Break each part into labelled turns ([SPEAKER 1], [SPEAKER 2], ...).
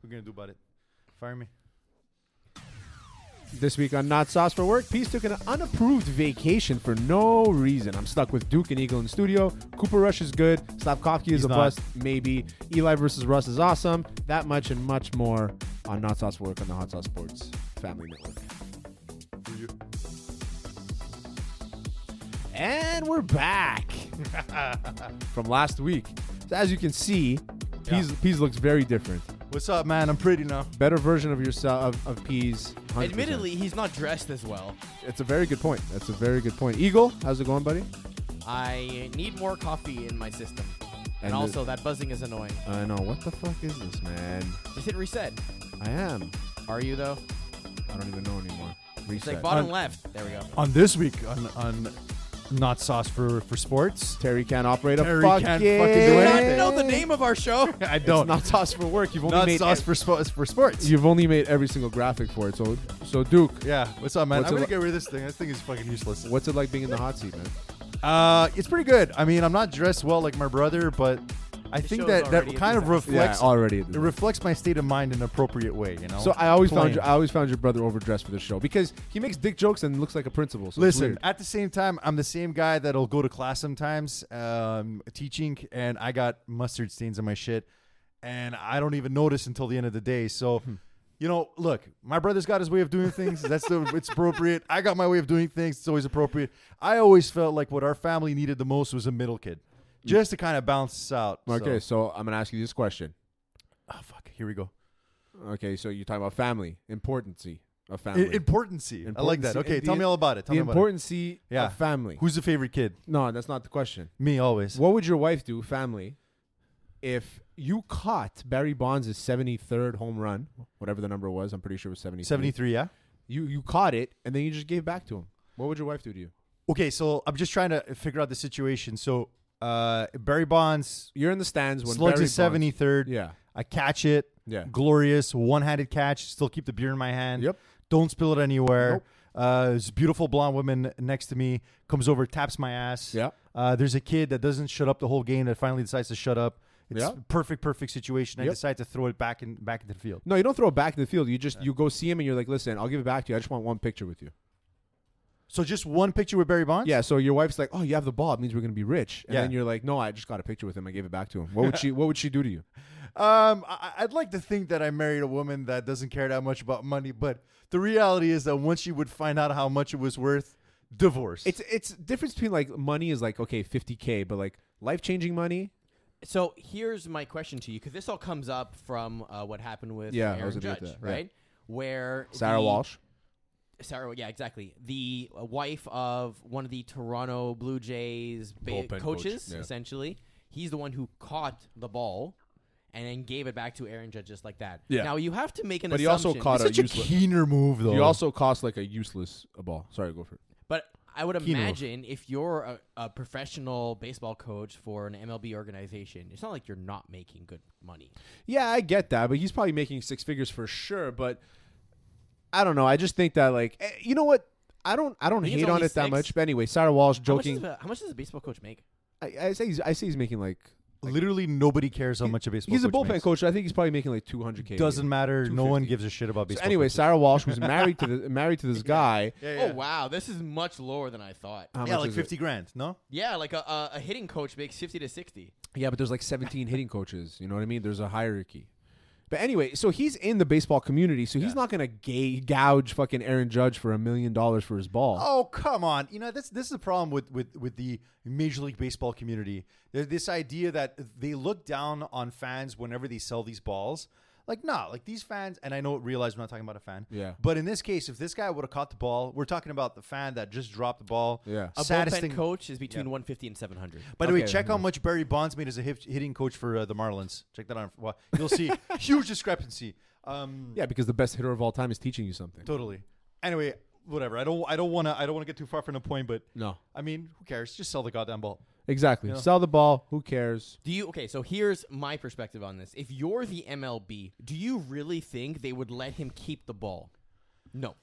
[SPEAKER 1] What are gonna do about it? Fire me.
[SPEAKER 2] This week on Not Sauce for Work, Peace took an unapproved vacation for no reason. I'm stuck with Duke and Eagle in studio. Cooper Rush is good. Slavkovsky is
[SPEAKER 1] He's
[SPEAKER 2] a
[SPEAKER 1] not.
[SPEAKER 2] bust, maybe. Eli versus Russ is awesome. That much and much more on Not Sauce for Work on the Hot Sauce Sports Family Network.
[SPEAKER 1] Who you-
[SPEAKER 2] And we're back from last week. So as you can see, Peas, Peas looks very different.
[SPEAKER 1] What's up, man? I'm pretty now.
[SPEAKER 2] Better version of yourself of, of Peas. 100%.
[SPEAKER 3] Admittedly, he's not dressed as well.
[SPEAKER 2] it's a very good point. That's a very good point. Eagle, how's it going, buddy?
[SPEAKER 3] I need more coffee in my system. And,
[SPEAKER 2] And the-
[SPEAKER 3] also, that buzzing is annoying.
[SPEAKER 2] I know. Uh, What the fuck is this, man?
[SPEAKER 3] Just hit reset.
[SPEAKER 2] I am.
[SPEAKER 3] Are you, though?
[SPEAKER 2] I don't even know anymore.
[SPEAKER 3] It's
[SPEAKER 2] Reset.
[SPEAKER 3] like bottom
[SPEAKER 1] Un-
[SPEAKER 3] left. There we go.
[SPEAKER 1] On this week on on not sauce for for sports.
[SPEAKER 2] Terry can't operate a
[SPEAKER 1] Terry
[SPEAKER 2] fucking.
[SPEAKER 1] can't fucking do
[SPEAKER 3] Do
[SPEAKER 1] Wait.
[SPEAKER 3] not know the name of our show.
[SPEAKER 1] I
[SPEAKER 2] It's
[SPEAKER 1] don't.
[SPEAKER 2] not sauce for work. You've only
[SPEAKER 1] Not
[SPEAKER 2] made
[SPEAKER 1] sauce
[SPEAKER 2] ev-
[SPEAKER 1] for sports for sports.
[SPEAKER 2] you've only made every single graphic for it. So so Duke,
[SPEAKER 1] yeah. What's up, man?
[SPEAKER 2] What's
[SPEAKER 1] I'm
[SPEAKER 2] it
[SPEAKER 1] gonna
[SPEAKER 2] li-
[SPEAKER 1] get rid of this thing. This thing is fucking useless.
[SPEAKER 2] what's it like being in the hot seat, man?
[SPEAKER 1] Uh, it's pretty good. I mean, I'm not dressed well like my brother, but I
[SPEAKER 3] The
[SPEAKER 1] think
[SPEAKER 3] show's
[SPEAKER 1] that that
[SPEAKER 3] already a
[SPEAKER 1] kind of
[SPEAKER 3] disaster.
[SPEAKER 1] reflects
[SPEAKER 2] already.
[SPEAKER 1] it reflects my state of mind in an appropriate way. You know.
[SPEAKER 2] so I always
[SPEAKER 1] Plain.
[SPEAKER 2] found your, I always found your brother overdressed for this show because he makes dick jokes and looks like a principal. So it's
[SPEAKER 1] Listen,
[SPEAKER 2] weird.
[SPEAKER 1] at the same time, I'm the same guy that'll go to class sometimes, um, teaching, and I got mustard stains on my shit, and I don't even notice until the end of the day. So,
[SPEAKER 2] Hmm.
[SPEAKER 1] you know, look, my brother's got his way of doing things. That's the it's appropriate. I got my way of doing things. It's always appropriate. I always felt like what our family needed the most was a middle kid, just to kind of balance us out. so-
[SPEAKER 2] Mm. okay, so I'm gonna ask you this question.
[SPEAKER 1] Ah, fuck. Here we go.
[SPEAKER 2] Okay, so you're talking about family, importancy of
[SPEAKER 1] I-
[SPEAKER 2] family,
[SPEAKER 1] Importancy. I like that.
[SPEAKER 2] Importancy-
[SPEAKER 1] Okay,
[SPEAKER 2] the-
[SPEAKER 1] tell me all about it. Tell
[SPEAKER 2] the
[SPEAKER 1] me about
[SPEAKER 2] importancy
[SPEAKER 1] Yeah.
[SPEAKER 2] of family.
[SPEAKER 1] it. Who's the favorite kid?
[SPEAKER 2] no, that's not the question.
[SPEAKER 1] Me always.
[SPEAKER 2] What would your wife do, family, if you caught Barry Bonds' 73rd home run, whatever the number was? I'm pretty sure it was 73.
[SPEAKER 1] 73, yeah?
[SPEAKER 2] You you caught it and then you just gave back to him. What would your wife do to you?
[SPEAKER 1] Okay, so I'm just trying to figure out the situation. So uh, Barry Bonds
[SPEAKER 2] You're in the stands when
[SPEAKER 1] slugs
[SPEAKER 2] Barry
[SPEAKER 1] his 73rd.
[SPEAKER 2] Bonds- Yeah.
[SPEAKER 1] I catch it.
[SPEAKER 2] Yeah.
[SPEAKER 1] Glorious one-handed catch. Still keep the beer in my hand.
[SPEAKER 2] Yep.
[SPEAKER 1] Don't spill it anywhere.
[SPEAKER 2] Nope.
[SPEAKER 1] Uh, this beautiful blonde woman next to me comes over, taps my ass.
[SPEAKER 2] Yeah.
[SPEAKER 1] Uh, there's a kid that doesn't shut up the whole game that finally decides to shut up. It's
[SPEAKER 2] Yeah.
[SPEAKER 1] perfect, perfect situation. I
[SPEAKER 2] Yep.
[SPEAKER 1] decide to throw it back in back into the field.
[SPEAKER 2] No, you don't throw it back to the field. You just you go see him and you're like, "Listen, I'll give it back to you. I just want one picture with you."
[SPEAKER 1] So just one picture with Barry Bonds.
[SPEAKER 2] Yeah, so your wife's like, "Oh, you have the ball. It means we're going to be rich." And
[SPEAKER 1] Yeah.
[SPEAKER 2] then you're like, "No, I just got a picture with him. I gave it back to him." What would she what would she do to you?
[SPEAKER 1] Um, I, I'd like to think that I married a woman that doesn't care that much about money, but the reality is that once she would find out how much it was worth, divorce.
[SPEAKER 2] It's it's difference between like money is like, okay, 50k, but like life-changing money,
[SPEAKER 3] So here's my question to you, because this all comes up from uh, what happened with
[SPEAKER 2] Yeah, I was
[SPEAKER 3] Aaron
[SPEAKER 2] gonna
[SPEAKER 3] Judge,
[SPEAKER 2] get that, yeah.
[SPEAKER 3] right? Where
[SPEAKER 2] Sarah
[SPEAKER 3] the-
[SPEAKER 2] Walsh.
[SPEAKER 3] Sarah, yeah, exactly. The uh, wife of one of the Toronto Blue Jays ba-
[SPEAKER 2] Bullpen coach,
[SPEAKER 3] coaches,
[SPEAKER 2] yeah.
[SPEAKER 3] essentially. He's the one who caught the ball and then gave it back to Aaron Judge just like that.
[SPEAKER 2] Yeah.
[SPEAKER 3] Now you have to make an
[SPEAKER 2] But he also
[SPEAKER 3] assumption.
[SPEAKER 2] caught
[SPEAKER 1] such a
[SPEAKER 2] useless-
[SPEAKER 1] keener move, though.
[SPEAKER 2] You also cost like a useless a ball. Sorry, go for it.
[SPEAKER 3] But I would
[SPEAKER 1] Keener.
[SPEAKER 3] imagine if you're a, a professional baseball coach for an MLB organization, it's not like you're not making good money.
[SPEAKER 2] Yeah, I get that, but he's probably making six figures for sure. But I don't know. I just think that like eh, you know what. I don't. I don't
[SPEAKER 3] I think it's
[SPEAKER 2] hate on
[SPEAKER 3] only
[SPEAKER 2] it that
[SPEAKER 3] six.
[SPEAKER 2] much. But anyway, Sarah Walsh
[SPEAKER 3] How much, does,
[SPEAKER 2] joking.
[SPEAKER 3] a- how much does a baseball coach make?
[SPEAKER 2] I, I say. He's, I say he's making like.
[SPEAKER 1] literally nobody cares how much a baseball.
[SPEAKER 2] He's a
[SPEAKER 1] coach
[SPEAKER 2] bullpen
[SPEAKER 1] makes.
[SPEAKER 2] coach. I think he's probably making like two hundred k.
[SPEAKER 1] Doesn't matter. No
[SPEAKER 2] 250.
[SPEAKER 1] one gives a shit about baseball.
[SPEAKER 2] anyway,
[SPEAKER 1] coaches.
[SPEAKER 2] Sarah Walsh was married to the, married to this guy.
[SPEAKER 3] Oh, wow. This is much lower than I thought.
[SPEAKER 2] How
[SPEAKER 1] yeah,
[SPEAKER 2] much
[SPEAKER 1] like
[SPEAKER 2] is it?
[SPEAKER 1] fifty grand. No,
[SPEAKER 3] Yeah, like a, a, a hitting coach makes 50 to 60.
[SPEAKER 2] Yeah, but there's like 17 hitting coaches. You know what I mean? There's a hierarchy. But anyway, so he's in the baseball community, so he's not gonna ga- gouge fucking Aaron Judge for a million dollars for his ball.
[SPEAKER 1] Oh come on! You know this this is the problem with with with the Major League Baseball community. There's this idea that they look down on fans whenever they sell these balls. Like nah, like these fans, and I know realize we're not talking about a fan.
[SPEAKER 2] Yeah.
[SPEAKER 1] But in this case, if this guy would have caught the ball, we're talking about the fan that just dropped the ball.
[SPEAKER 2] Yeah.
[SPEAKER 3] A
[SPEAKER 1] Saddest
[SPEAKER 3] bullpen
[SPEAKER 1] thing.
[SPEAKER 3] coach is between 150 and 700.
[SPEAKER 1] By the way,
[SPEAKER 2] Okay.
[SPEAKER 1] check how much Barry Bonds made as a hit, hitting coach for uh, the Marlins. Check that out. Well, you'll see huge discrepancy. Um,
[SPEAKER 2] Yeah, because the best hitter of all time is teaching you something.
[SPEAKER 1] Totally. Anyway, whatever. I don't. I don't want to. I don't want to get too far from the point, but
[SPEAKER 2] No,
[SPEAKER 1] I mean, who cares? Just sell the goddamn ball.
[SPEAKER 2] exactly.
[SPEAKER 1] Yeah.
[SPEAKER 2] Sell the ball. Who cares?
[SPEAKER 3] Do you okay? So here's my perspective on this. If you're the MLB, do you really think they would let him keep the ball? No,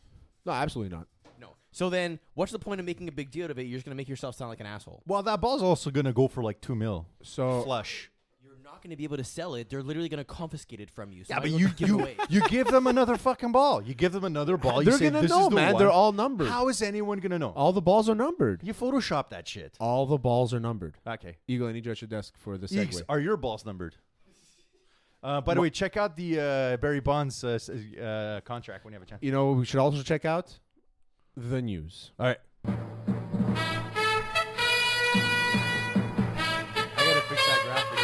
[SPEAKER 2] No, absolutely not.
[SPEAKER 3] no. So then, what's the point of making a big deal of it? You're just gonna make yourself sound like an asshole.
[SPEAKER 1] Well, that ball's also gonna go for like two mil
[SPEAKER 2] So
[SPEAKER 1] flush.
[SPEAKER 3] You're not going to be able to sell it. They're literally going to confiscate it from you. So
[SPEAKER 1] Yeah,
[SPEAKER 3] why
[SPEAKER 1] but
[SPEAKER 3] don't
[SPEAKER 1] you
[SPEAKER 3] give it
[SPEAKER 1] you,
[SPEAKER 3] away.
[SPEAKER 1] you give them another fucking ball. You give them another ball.
[SPEAKER 2] They're
[SPEAKER 1] you say,
[SPEAKER 2] gonna
[SPEAKER 1] this
[SPEAKER 2] know,
[SPEAKER 1] is the
[SPEAKER 2] man.
[SPEAKER 1] one."
[SPEAKER 2] They're all numbered.
[SPEAKER 1] How is anyone gonna know?
[SPEAKER 2] All the balls are numbered.
[SPEAKER 1] You Photoshop that shit.
[SPEAKER 2] All the balls are numbered.
[SPEAKER 1] Okay.
[SPEAKER 2] Eagle, I need you at your desk for the segue.
[SPEAKER 1] Eeks, are your balls numbered? Uh, by the way, check out the uh, Barry Bonds uh, s- uh, contract when you have a chance.
[SPEAKER 2] You know, what we should also check out the news.
[SPEAKER 1] All right. I gotta fix that graphic.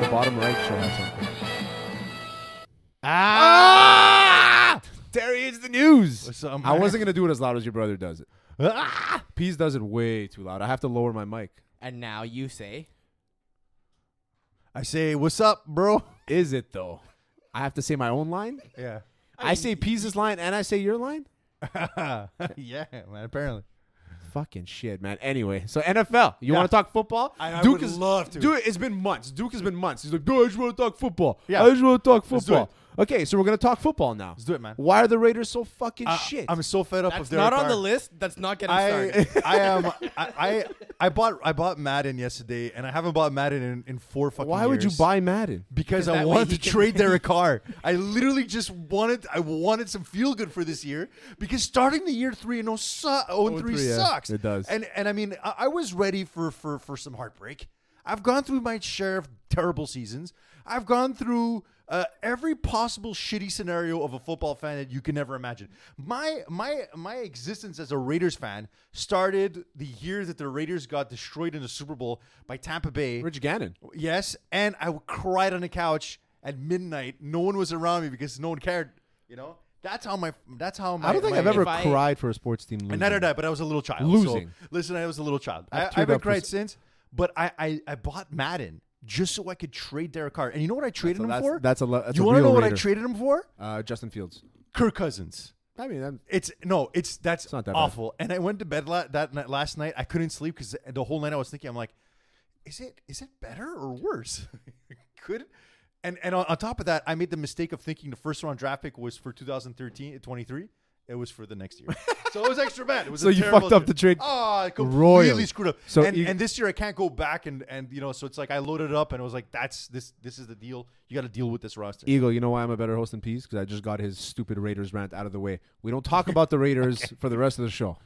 [SPEAKER 1] It's ugly. It's missing shit.
[SPEAKER 2] The bottom right should have something.
[SPEAKER 1] Ah!
[SPEAKER 2] Terry, it's the news.
[SPEAKER 1] What's up,
[SPEAKER 2] I
[SPEAKER 1] man?
[SPEAKER 2] wasn't gonna do it as loud as your brother does it.
[SPEAKER 1] Ah!
[SPEAKER 2] Pease does it way too loud. I have to lower my mic.
[SPEAKER 3] and now you say,
[SPEAKER 1] I say, what's up, bro?
[SPEAKER 2] Is it though? I have to say my own line.
[SPEAKER 1] Yeah.
[SPEAKER 2] I say Pease's line and I say your line.
[SPEAKER 1] Ah. yeah, man, apparently.
[SPEAKER 2] Fucking shit, man. Anyway, so NFL. You
[SPEAKER 1] Yeah.
[SPEAKER 2] want to talk football?
[SPEAKER 1] I- I would
[SPEAKER 2] has-
[SPEAKER 1] love to.
[SPEAKER 2] Dude, it's been months. Duke has been months. He's like, dude, I just want to talk football.
[SPEAKER 1] Yeah.
[SPEAKER 2] I just want to talk
[SPEAKER 1] Let's do
[SPEAKER 2] football. Okay, so we're gonna talk football now.
[SPEAKER 1] Let's do it, man.
[SPEAKER 2] Why are the Raiders so fucking
[SPEAKER 1] I-
[SPEAKER 2] shit?
[SPEAKER 1] I'm so fed up
[SPEAKER 3] that's
[SPEAKER 1] with Derek
[SPEAKER 3] not on
[SPEAKER 1] Carr.
[SPEAKER 3] the list. That's not getting
[SPEAKER 1] I,
[SPEAKER 3] started.
[SPEAKER 1] I am I, I I bought I bought Madden yesterday and I haven't bought Madden in, in four fucking
[SPEAKER 2] Why would you
[SPEAKER 1] years.
[SPEAKER 2] buy Madden?
[SPEAKER 1] Because I
[SPEAKER 3] that way
[SPEAKER 1] wanted
[SPEAKER 3] he
[SPEAKER 1] to
[SPEAKER 3] can-
[SPEAKER 1] trade Derek Carr. I literally just wanted I wanted some feel good for this year because starting the year three and 0 su- 0 and 3
[SPEAKER 2] three, yeah.
[SPEAKER 1] sucks.
[SPEAKER 2] It does.
[SPEAKER 1] And and I mean I, I was ready for for for some heartbreak. I've gone through my share of terrible seasons. I've gone through uh, every possible shitty scenario of a football fan that you can never imagine. My my my existence as a Raiders fan started the year that the Raiders got destroyed in the Super Bowl by Tampa Bay.
[SPEAKER 2] Rich Gannon.
[SPEAKER 1] Yes, and I cried on the couch at midnight. No one was around me because no one cared. You know, that's how my. That's how my.
[SPEAKER 2] I don't think
[SPEAKER 1] my-
[SPEAKER 2] I've ever
[SPEAKER 3] if I-
[SPEAKER 2] cried for a sports team losing.
[SPEAKER 1] Neither did I, but I was a little child. so-
[SPEAKER 2] Losing.
[SPEAKER 1] listen, I was a little child.
[SPEAKER 2] I've
[SPEAKER 1] I,
[SPEAKER 2] teared
[SPEAKER 1] I haven't
[SPEAKER 2] up for
[SPEAKER 1] cried
[SPEAKER 2] s-
[SPEAKER 1] since, but I, I I bought Madden just so I could trade Derek Carr. And you know what I traded
[SPEAKER 2] So
[SPEAKER 1] him
[SPEAKER 2] that's-
[SPEAKER 1] for?
[SPEAKER 2] that's a lo- that's
[SPEAKER 1] you
[SPEAKER 2] a
[SPEAKER 1] wanna
[SPEAKER 2] real
[SPEAKER 1] know what I
[SPEAKER 2] Raider.
[SPEAKER 1] traded him for?
[SPEAKER 2] Uh, Justin Fields.
[SPEAKER 1] Kirk Cousins.
[SPEAKER 2] I mean, I'm,
[SPEAKER 1] It's no, it's that's
[SPEAKER 2] not that bad.
[SPEAKER 1] awful. And I went to bed la- that night, last night. I couldn't sleep because the whole night I was thinking, I'm like, is it is it better or worse? Could and and on, on top of that, I made the mistake of thinking the first round draft pick was for 2013, 23. It was for the next year, so it was extra bad. It was
[SPEAKER 2] So
[SPEAKER 1] a
[SPEAKER 2] you
[SPEAKER 1] terrible
[SPEAKER 2] fucked up
[SPEAKER 1] year.
[SPEAKER 2] the trade
[SPEAKER 1] Oh, I completely
[SPEAKER 2] royally.
[SPEAKER 1] screwed up.
[SPEAKER 2] So
[SPEAKER 1] So and,
[SPEAKER 2] you-
[SPEAKER 1] and this year I can't go back and and you know, so it's like I loaded it up and it was like, that's this this is the deal. You got to deal with this roster.
[SPEAKER 2] Eagle, you know why I'm a better host than Pease? Because I just got his stupid Raiders rant out of the way. We don't talk about the Raiders for the rest of the show.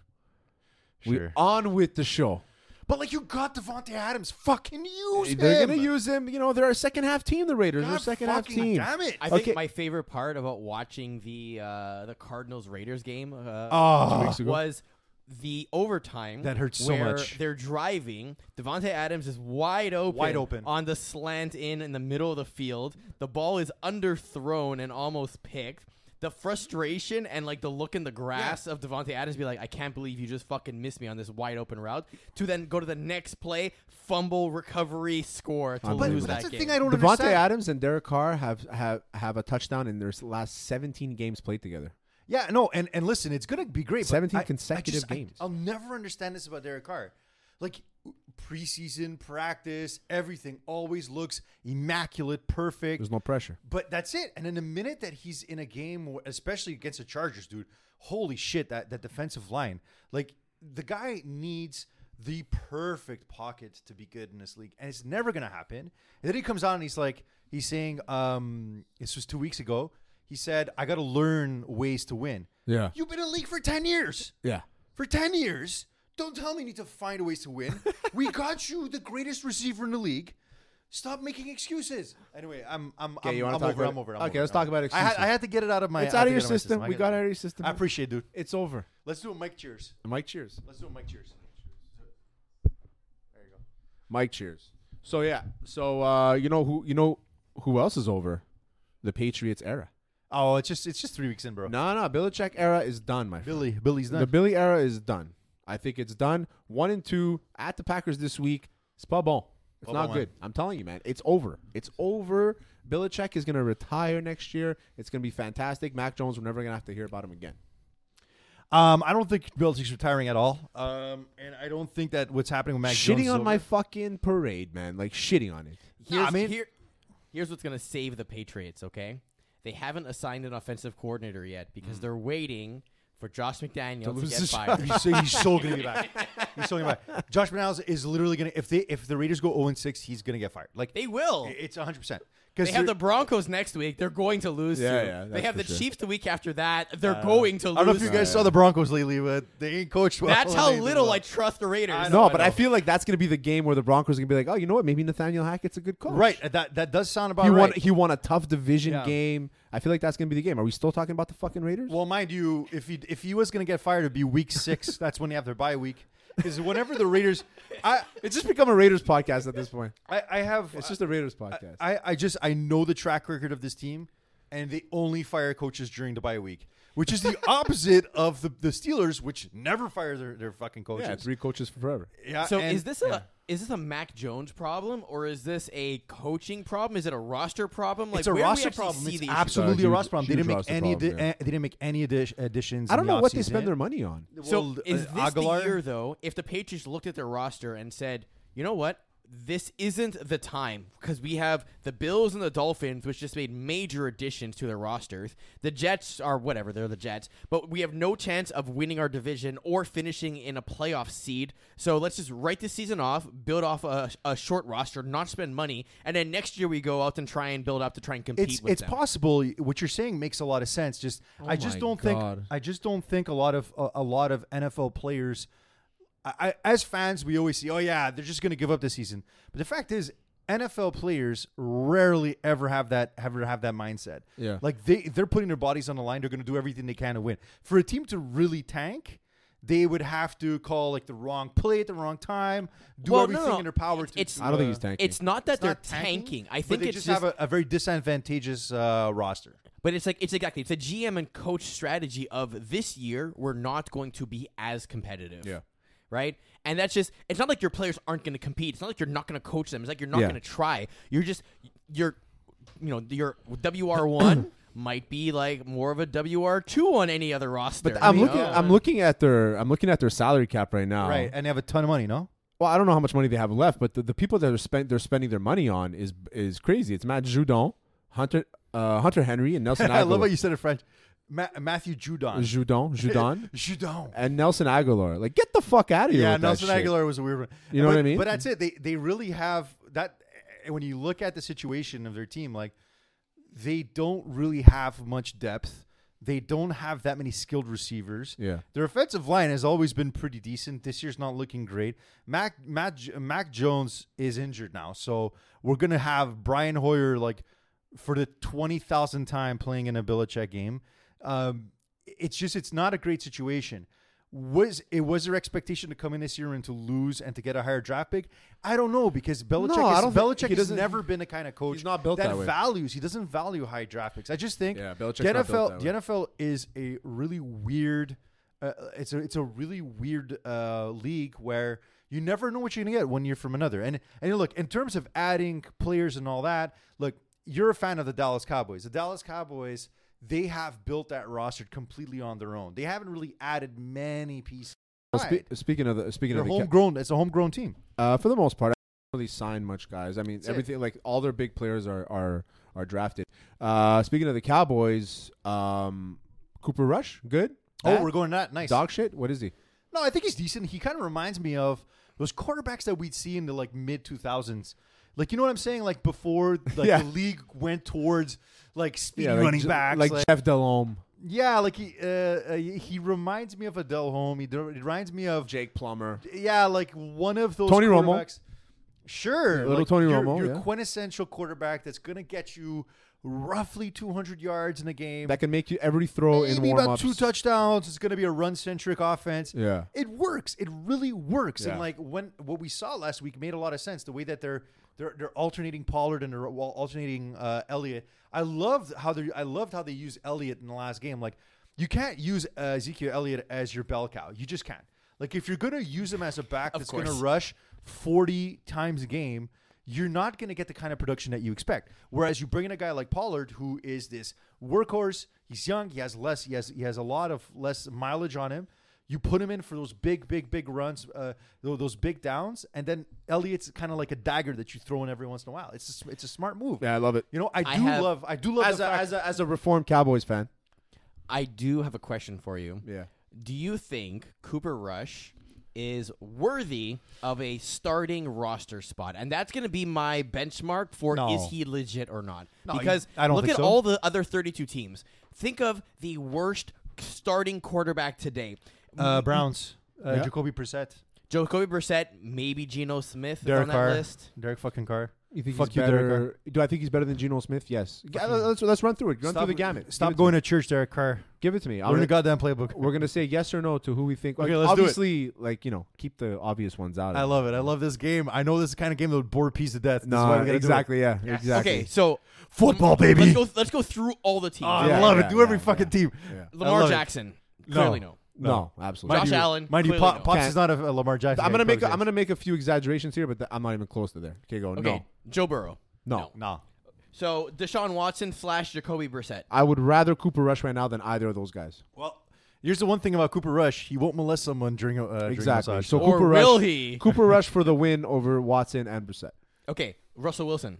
[SPEAKER 2] We're
[SPEAKER 1] Sure.
[SPEAKER 2] on with the show.
[SPEAKER 1] But like you got Devonte Adams, fucking use
[SPEAKER 2] They're
[SPEAKER 1] him.
[SPEAKER 2] going to use him. You know, they're a second half team, the Raiders. they're a
[SPEAKER 1] God
[SPEAKER 2] second half
[SPEAKER 1] fucking
[SPEAKER 2] team.
[SPEAKER 1] Damn it!
[SPEAKER 3] I think
[SPEAKER 2] Okay.
[SPEAKER 3] my favorite part about watching the uh, the Cardinals Raiders game uh,
[SPEAKER 1] Oh.
[SPEAKER 2] weeks ago.
[SPEAKER 3] was the overtime
[SPEAKER 1] That hurts so
[SPEAKER 3] where
[SPEAKER 1] much.
[SPEAKER 3] They're driving. Devonte Adams is wide open,
[SPEAKER 1] Wide open.
[SPEAKER 3] on the slant in in the middle of the field. The ball is underthrown and almost picked. The frustration and like the look in the grass of Devonte Adams, be like, I can't believe you just fucking missed me on this wide open route. To then go to the next play, fumble, recovery, score to
[SPEAKER 1] but
[SPEAKER 3] lose
[SPEAKER 1] but that's
[SPEAKER 3] that
[SPEAKER 1] the
[SPEAKER 3] game.
[SPEAKER 1] thing I don't
[SPEAKER 2] Devontae
[SPEAKER 1] understand.
[SPEAKER 2] Adams and Derek Carr have, have, have a touchdown in their last 17 games played together.
[SPEAKER 1] yeah, no, and and listen, it's gonna be great. but
[SPEAKER 2] 17
[SPEAKER 1] I- I
[SPEAKER 2] consecutive
[SPEAKER 1] just- I-
[SPEAKER 2] games.
[SPEAKER 1] I'll never understand this about Derek Carr. Like preseason practice, everything always looks immaculate, perfect.
[SPEAKER 2] There's no pressure.
[SPEAKER 1] But that's it. And in the minute that he's in a game, wh- especially against the Chargers, dude, holy shit, that, that defensive line. Like, the guy needs the perfect pocket to be good in this league. And it's never going to happen. And then he comes on and he's like, he's saying, um, this was two weeks ago. He said, I got to learn ways to win.
[SPEAKER 2] Yeah.
[SPEAKER 1] You've been in the league for 10 years
[SPEAKER 2] Yeah.
[SPEAKER 1] for 10 years. Don't tell me you need to find ways to win. we got you the greatest receiver in the league. Stop making excuses. Anyway, I'm I'm I'm,
[SPEAKER 2] you wanna
[SPEAKER 1] I'm
[SPEAKER 2] talk
[SPEAKER 1] over,
[SPEAKER 2] about
[SPEAKER 1] I'm
[SPEAKER 2] it?
[SPEAKER 1] over. I'm
[SPEAKER 2] Okay,
[SPEAKER 1] over,
[SPEAKER 2] let's
[SPEAKER 1] I'm
[SPEAKER 2] talk
[SPEAKER 1] over.
[SPEAKER 2] about
[SPEAKER 1] I had,
[SPEAKER 2] excuses.
[SPEAKER 1] I had to get it out of my.
[SPEAKER 2] It's
[SPEAKER 1] I
[SPEAKER 2] out
[SPEAKER 1] had
[SPEAKER 2] of
[SPEAKER 1] to
[SPEAKER 2] your
[SPEAKER 1] get it my
[SPEAKER 2] system.
[SPEAKER 1] I
[SPEAKER 2] We
[SPEAKER 1] had
[SPEAKER 2] got
[SPEAKER 1] to-
[SPEAKER 2] it out of your system.
[SPEAKER 1] I appreciate, it, dude.
[SPEAKER 2] It's over.
[SPEAKER 1] Let's do a mic cheers.
[SPEAKER 2] Mike, cheers.
[SPEAKER 1] Let's do a mic cheers. There you go.
[SPEAKER 2] Mike, cheers. So, yeah. So, uh, you know who you know who else is over? The Patriots era.
[SPEAKER 1] Oh, it's just it's just three weeks in, bro.
[SPEAKER 2] No, no, Belichick era is done, my friend.
[SPEAKER 1] Billy, Billy's
[SPEAKER 2] The
[SPEAKER 1] not.
[SPEAKER 2] Billy era is done. I think it's done. One and two at the Packers this week. It's pas bon. It's
[SPEAKER 1] Pas
[SPEAKER 2] not
[SPEAKER 1] bon,
[SPEAKER 2] good. I'm telling you, man. It's over. It's over. Belichick is going to retire next year. It's going to be fantastic. Mac Jones, we're never going to have to hear about him again.
[SPEAKER 1] Um, I don't think Belichick's retiring at all. Um, and I don't think that what's happening with Mac
[SPEAKER 2] shitting
[SPEAKER 1] Jones is
[SPEAKER 2] on my
[SPEAKER 1] over.
[SPEAKER 2] fucking parade, man. Like shitting on it.
[SPEAKER 3] Here's,
[SPEAKER 1] I mean-
[SPEAKER 3] here, here's what's going to
[SPEAKER 1] Mm.
[SPEAKER 3] save the Patriots, okay? They haven't assigned an offensive coordinator yet because they're waiting for Josh McDaniel to,
[SPEAKER 2] lose
[SPEAKER 3] get
[SPEAKER 2] his
[SPEAKER 3] fired.
[SPEAKER 1] He's, he's so gonna get back. He's so gonna get back. Josh McDaniels is literally gonna if they if the Raiders go 0 6, he's gonna get fired. Like
[SPEAKER 3] They will.
[SPEAKER 1] it's 100 percent
[SPEAKER 3] They have the Broncos next week. They're going to lose.
[SPEAKER 2] Yeah,
[SPEAKER 3] to.
[SPEAKER 2] yeah,
[SPEAKER 3] They
[SPEAKER 2] that's
[SPEAKER 3] have
[SPEAKER 2] for
[SPEAKER 3] the
[SPEAKER 2] sure.
[SPEAKER 3] Chiefs the week after that. They're going to lose.
[SPEAKER 1] Uh, I don't know if you
[SPEAKER 3] to.
[SPEAKER 1] guys saw the Broncos lately, but they ain't coached well.
[SPEAKER 3] That's how
[SPEAKER 1] They- they
[SPEAKER 3] little
[SPEAKER 1] will.
[SPEAKER 3] I trust the Raiders.
[SPEAKER 2] No, but I feel like that's going to be the game where the Broncos are going to be like, oh, you know what? Maybe Nathaniel Hackett's a good coach.
[SPEAKER 1] right. That that does sound about
[SPEAKER 2] He
[SPEAKER 1] right.
[SPEAKER 2] won. He won a tough division
[SPEAKER 1] Yeah.
[SPEAKER 2] game. I feel like that's going to be the game. Are we still talking about the fucking Raiders?
[SPEAKER 1] Well, mind you, if he if he was going to get fired, it'd be week six. that's when they have their bye week. Because whenever the Raiders, I
[SPEAKER 2] it's just become a Raiders podcast at this point.
[SPEAKER 1] I, I have
[SPEAKER 2] It's just a Raiders podcast.
[SPEAKER 1] I, I just I know the track record of this team, and they only fire coaches during the bye week, which is the opposite of the, the Steelers, which never fire their, their fucking coaches.
[SPEAKER 2] yeah, three coaches for forever.
[SPEAKER 1] Yeah,
[SPEAKER 3] So
[SPEAKER 1] and-
[SPEAKER 3] is this a is this a Mac Jones problem or is this a coaching problem? Is it a roster problem? Like
[SPEAKER 1] it's a
[SPEAKER 3] where do we
[SPEAKER 1] roster
[SPEAKER 3] actually
[SPEAKER 1] problem.
[SPEAKER 3] See
[SPEAKER 1] It's
[SPEAKER 3] the issue?
[SPEAKER 1] absolutely
[SPEAKER 2] It's a
[SPEAKER 1] a
[SPEAKER 2] huge-
[SPEAKER 1] roster problem. They didn't
[SPEAKER 2] huge
[SPEAKER 1] make
[SPEAKER 2] roster
[SPEAKER 1] any
[SPEAKER 2] problem,
[SPEAKER 1] addi-
[SPEAKER 2] yeah.
[SPEAKER 1] uh, they didn't make any addi- additions.
[SPEAKER 2] I
[SPEAKER 1] in
[SPEAKER 2] don't know
[SPEAKER 1] the
[SPEAKER 2] what they
[SPEAKER 1] offseason.
[SPEAKER 2] spend their money on.
[SPEAKER 3] So
[SPEAKER 1] Well,
[SPEAKER 3] is
[SPEAKER 1] uh,
[SPEAKER 3] this
[SPEAKER 1] Aguilar-
[SPEAKER 3] the year though? If the Patriots looked at their roster and said, you know what, this isn't the time because we have the Bills and the Dolphins, which just made major additions to their rosters. The Jets are whatever they're the Jets, but we have no chance of winning our division or finishing in a playoff seed. So let's just write this season off, build off a, a short roster, not spend money, and then next year we go out and try and build up to try and compete
[SPEAKER 1] it's
[SPEAKER 3] with
[SPEAKER 1] it's
[SPEAKER 3] them.
[SPEAKER 1] possible what you're saying makes a lot of sense just i just
[SPEAKER 2] Oh my
[SPEAKER 1] don't
[SPEAKER 2] God.
[SPEAKER 1] think i just don't think a lot of a, a lot of nfl players I, I as fans we always see oh yeah they're just going to give up this season but the fact is NFL players rarely ever have that ever have that mindset.
[SPEAKER 2] Yeah.
[SPEAKER 1] Like they they're putting their bodies on the line, they're going to do everything they can to win. For a team to really tank, they would have to call like the wrong play at the wrong time, do
[SPEAKER 3] Well, no,
[SPEAKER 1] everything
[SPEAKER 3] no.
[SPEAKER 1] in their power
[SPEAKER 3] It-
[SPEAKER 1] to
[SPEAKER 3] it's-
[SPEAKER 1] to,
[SPEAKER 2] I don't think
[SPEAKER 1] uh,
[SPEAKER 2] he's tanking.
[SPEAKER 3] It's not that
[SPEAKER 1] it's
[SPEAKER 3] they're
[SPEAKER 1] not
[SPEAKER 3] tanking. I
[SPEAKER 1] but
[SPEAKER 3] think
[SPEAKER 1] they
[SPEAKER 3] it's
[SPEAKER 1] just, have a, a very disadvantageous uh, roster.
[SPEAKER 3] But it's like it's exactly it's a GM and coach strategy of this year we're not going to be as competitive.
[SPEAKER 2] Yeah.
[SPEAKER 3] Right? And that's just it's not like your players aren't going to compete. It's not like you're not going to coach them. It's like you're not
[SPEAKER 2] Yeah.
[SPEAKER 3] going to try. You're just you're you know, your WR1 might be like more of a WR2 on any other roster.
[SPEAKER 2] I'm
[SPEAKER 3] you
[SPEAKER 2] looking.
[SPEAKER 3] know?
[SPEAKER 2] I'm looking at their. I'm looking at their salary cap right now.
[SPEAKER 1] Right, and they have a ton of money, no?
[SPEAKER 2] Well, I don't know how much money they have left, but the, the people that are spent they're spending their money on is is crazy. It's Matt Judon, Hunter uh, Hunter Henry, and Nelson.
[SPEAKER 1] I
[SPEAKER 2] Aguilar.
[SPEAKER 1] love how you said it French. Ma- Matthew Judon.
[SPEAKER 2] Judon, Judon,
[SPEAKER 1] Judon.
[SPEAKER 2] and Nelson Aguilar. Like, get the fuck out of here!
[SPEAKER 1] Yeah,
[SPEAKER 2] with that
[SPEAKER 1] Nelson
[SPEAKER 2] shit.
[SPEAKER 1] Aguilar was a weird one.
[SPEAKER 2] You know what
[SPEAKER 1] But-
[SPEAKER 2] I mean?
[SPEAKER 1] But that's it. They they really have that. eh, When you look at the situation of their team, like they don't really have much depth. They don't have that many skilled receivers.
[SPEAKER 2] Yeah.
[SPEAKER 1] Their offensive line has always been pretty decent. This year's not looking great. Mac Mac Mac Jones is injured now, so we're gonna have Brian Hoyer like for the twenty thousandth time playing in a Belichick game. Um, it's just it's not a great situation. Was it was their expectation to come in this year and to lose and to get a higher draft pick? I don't know because Belichick
[SPEAKER 2] I
[SPEAKER 1] is-
[SPEAKER 2] don't think-
[SPEAKER 1] Belichick
[SPEAKER 2] he
[SPEAKER 1] has
[SPEAKER 2] doesn't-
[SPEAKER 1] never been the kind of coach
[SPEAKER 2] He's not built that way.
[SPEAKER 1] values. He doesn't value high draft picks. I just think
[SPEAKER 2] Yeah,
[SPEAKER 1] the
[SPEAKER 2] Belichick's not built that
[SPEAKER 1] NFL the NFL
[SPEAKER 2] way.
[SPEAKER 1] is a really weird. Uh, it's a it's a really weird uh, league where you never know what you're gonna get one year from another. And and look in terms of adding players and all that. Look, you're a fan of the Dallas Cowboys. The Dallas Cowboys they have built that roster completely on their own. They haven't really added many pieces.
[SPEAKER 2] Well, spe- speaking of the speaking
[SPEAKER 1] They're
[SPEAKER 2] of the ca-
[SPEAKER 1] homegrown. It's a homegrown team.
[SPEAKER 2] Uh, for the most part, I don't really sign much guys. I mean,
[SPEAKER 1] it.
[SPEAKER 2] everything like all their big players are are are drafted. Uh, speaking of the Cowboys, um, Cooper Rush, good.
[SPEAKER 1] Oh,
[SPEAKER 2] Bad?
[SPEAKER 1] we're going that nice.
[SPEAKER 2] dog shit. What is he?
[SPEAKER 1] No, I think he's decent. He kind of reminds me of those quarterbacks that we'd see in the like mid two thousands. Like you know what I'm saying? Like before, like
[SPEAKER 2] Yeah.
[SPEAKER 1] the league went towards like speed
[SPEAKER 2] like
[SPEAKER 1] running
[SPEAKER 2] Je-
[SPEAKER 1] backs.
[SPEAKER 2] like,
[SPEAKER 1] Like,
[SPEAKER 2] Jeff Delhomme,
[SPEAKER 1] yeah, like he uh, uh, he reminds me of Adele Home. He, der- he reminds me of
[SPEAKER 2] Jake Plummer.
[SPEAKER 1] yeah, like one of those
[SPEAKER 2] Tony Romo.
[SPEAKER 1] quarterbacks. Sure,
[SPEAKER 2] Little
[SPEAKER 1] like,
[SPEAKER 2] Tony
[SPEAKER 1] your-
[SPEAKER 2] Romo,
[SPEAKER 1] your
[SPEAKER 2] yeah.
[SPEAKER 1] quintessential quarterback that's gonna get you roughly 200 yards in a game.
[SPEAKER 2] That can make you every throw in
[SPEAKER 1] Maybe
[SPEAKER 2] warm
[SPEAKER 1] about
[SPEAKER 2] ups.
[SPEAKER 1] two touchdowns. It's going to be a run centric offense.
[SPEAKER 2] Yeah.
[SPEAKER 1] it works. It really works.
[SPEAKER 2] Yeah.
[SPEAKER 1] And like when what we saw last week made a lot of sense. The way that they're they're, they're alternating Pollard and they're al- alternating uh, Elliott. I loved how they I loved how they used Elliott in the last game. Like you can't use uh, Ezekiel Elliott as your bell cow. You just can't. Like if you're going to use him as a back that's going to
[SPEAKER 3] course.
[SPEAKER 1] rush 40 times a game, you're not going to get the kind of production that you expect. Whereas you bring in a guy like Pollard, who is this workhorse. He's young. He has less. He has he has a lot of less mileage on him. You put him in for those big, big, big runs, uh, tho- those big downs, and then Elliott's kind of like a dagger that you throw in every once in a while. It's a, s- it's a smart move.
[SPEAKER 2] Yeah, I love it.
[SPEAKER 1] You know, I do
[SPEAKER 3] I have-
[SPEAKER 1] love I do love
[SPEAKER 2] As
[SPEAKER 1] the
[SPEAKER 2] a,
[SPEAKER 1] fact
[SPEAKER 2] as a as a reformed Cowboys fan,
[SPEAKER 3] I do have a question for you.
[SPEAKER 2] Yeah.
[SPEAKER 3] Do you think Cooper Rush is worthy of a starting roster spot? And that's going to be my benchmark for
[SPEAKER 1] No.
[SPEAKER 3] is he legit or not?
[SPEAKER 1] No,
[SPEAKER 3] because
[SPEAKER 1] you- I don't
[SPEAKER 3] look
[SPEAKER 1] think
[SPEAKER 3] at
[SPEAKER 1] so.
[SPEAKER 3] all the other 32 teams. Think of the worst starting quarterback today.
[SPEAKER 2] Mm-hmm.
[SPEAKER 1] Uh, Browns, uh,
[SPEAKER 2] Yeah.
[SPEAKER 1] Jacoby Brissett,
[SPEAKER 3] Jacoby Brissett, maybe Geno Smith is
[SPEAKER 1] Derek
[SPEAKER 3] on that
[SPEAKER 1] Carr,
[SPEAKER 3] list.
[SPEAKER 1] Derek fucking Carr.
[SPEAKER 2] You think
[SPEAKER 1] Fuck
[SPEAKER 2] he's
[SPEAKER 1] you, Derek
[SPEAKER 2] better? do I think he's better than Geno Smith? Yes. G-
[SPEAKER 1] Fucking-
[SPEAKER 2] Let's, let's run through it. Run
[SPEAKER 1] Stop-
[SPEAKER 2] through the gamut.
[SPEAKER 1] Stop
[SPEAKER 2] Give it
[SPEAKER 1] going to
[SPEAKER 2] To,
[SPEAKER 1] church, Derek Carr.
[SPEAKER 2] me. give it to me. I'm
[SPEAKER 1] Learn the
[SPEAKER 2] gonna-
[SPEAKER 1] goddamn playbook.
[SPEAKER 2] we're gonna say yes or no to who we think.
[SPEAKER 1] Okay,
[SPEAKER 2] like,
[SPEAKER 1] let's do it.
[SPEAKER 2] obviously, like you know, keep the obvious ones out.
[SPEAKER 1] I love it. I love this game. I know this is the kind of game that would bore peace to death. This is why
[SPEAKER 2] No,
[SPEAKER 1] we gotta do it.
[SPEAKER 2] exactly. Yeah, exactly.
[SPEAKER 3] Okay, so
[SPEAKER 1] Football, baby.
[SPEAKER 3] Let's go, let's go through all the
[SPEAKER 1] Oh,
[SPEAKER 3] teams.
[SPEAKER 1] I
[SPEAKER 2] Yeah,
[SPEAKER 1] love
[SPEAKER 2] yeah,
[SPEAKER 1] it. Do
[SPEAKER 2] yeah,
[SPEAKER 1] every
[SPEAKER 2] yeah.
[SPEAKER 1] fucking team.
[SPEAKER 2] Yeah.
[SPEAKER 1] I
[SPEAKER 3] Lamar
[SPEAKER 1] love it.
[SPEAKER 3] Jackson.
[SPEAKER 1] No.
[SPEAKER 3] Clearly no.
[SPEAKER 2] No, absolutely.
[SPEAKER 1] Mind
[SPEAKER 3] Josh
[SPEAKER 1] you-
[SPEAKER 3] Allen,
[SPEAKER 1] Mind you,
[SPEAKER 3] clearly
[SPEAKER 1] Pop,
[SPEAKER 3] no.
[SPEAKER 1] Pops
[SPEAKER 2] Can't-
[SPEAKER 1] is not a, a Lamar Jackson.
[SPEAKER 2] I'm
[SPEAKER 1] guy.
[SPEAKER 2] gonna make.
[SPEAKER 1] Coach
[SPEAKER 2] A, I'm
[SPEAKER 1] is.
[SPEAKER 2] gonna make a few exaggerations here, but th- I'm not even close to there. Okay, go.
[SPEAKER 3] Okay,
[SPEAKER 2] No,
[SPEAKER 3] Joe Burrow.
[SPEAKER 2] No.
[SPEAKER 1] No.
[SPEAKER 3] So Deshaun Watson slash Jacoby Brissett.
[SPEAKER 2] I would rather Cooper Rush right now than either of those guys.
[SPEAKER 1] Well, here's the one thing about Cooper Rush. He won't molest someone during a uh, during a
[SPEAKER 2] Exactly.
[SPEAKER 1] massage.
[SPEAKER 2] So
[SPEAKER 3] Or
[SPEAKER 2] Cooper
[SPEAKER 3] will
[SPEAKER 2] Rush.
[SPEAKER 3] he?
[SPEAKER 2] Cooper Rush for the win over Watson and Brissett.
[SPEAKER 3] Okay, Russell Wilson.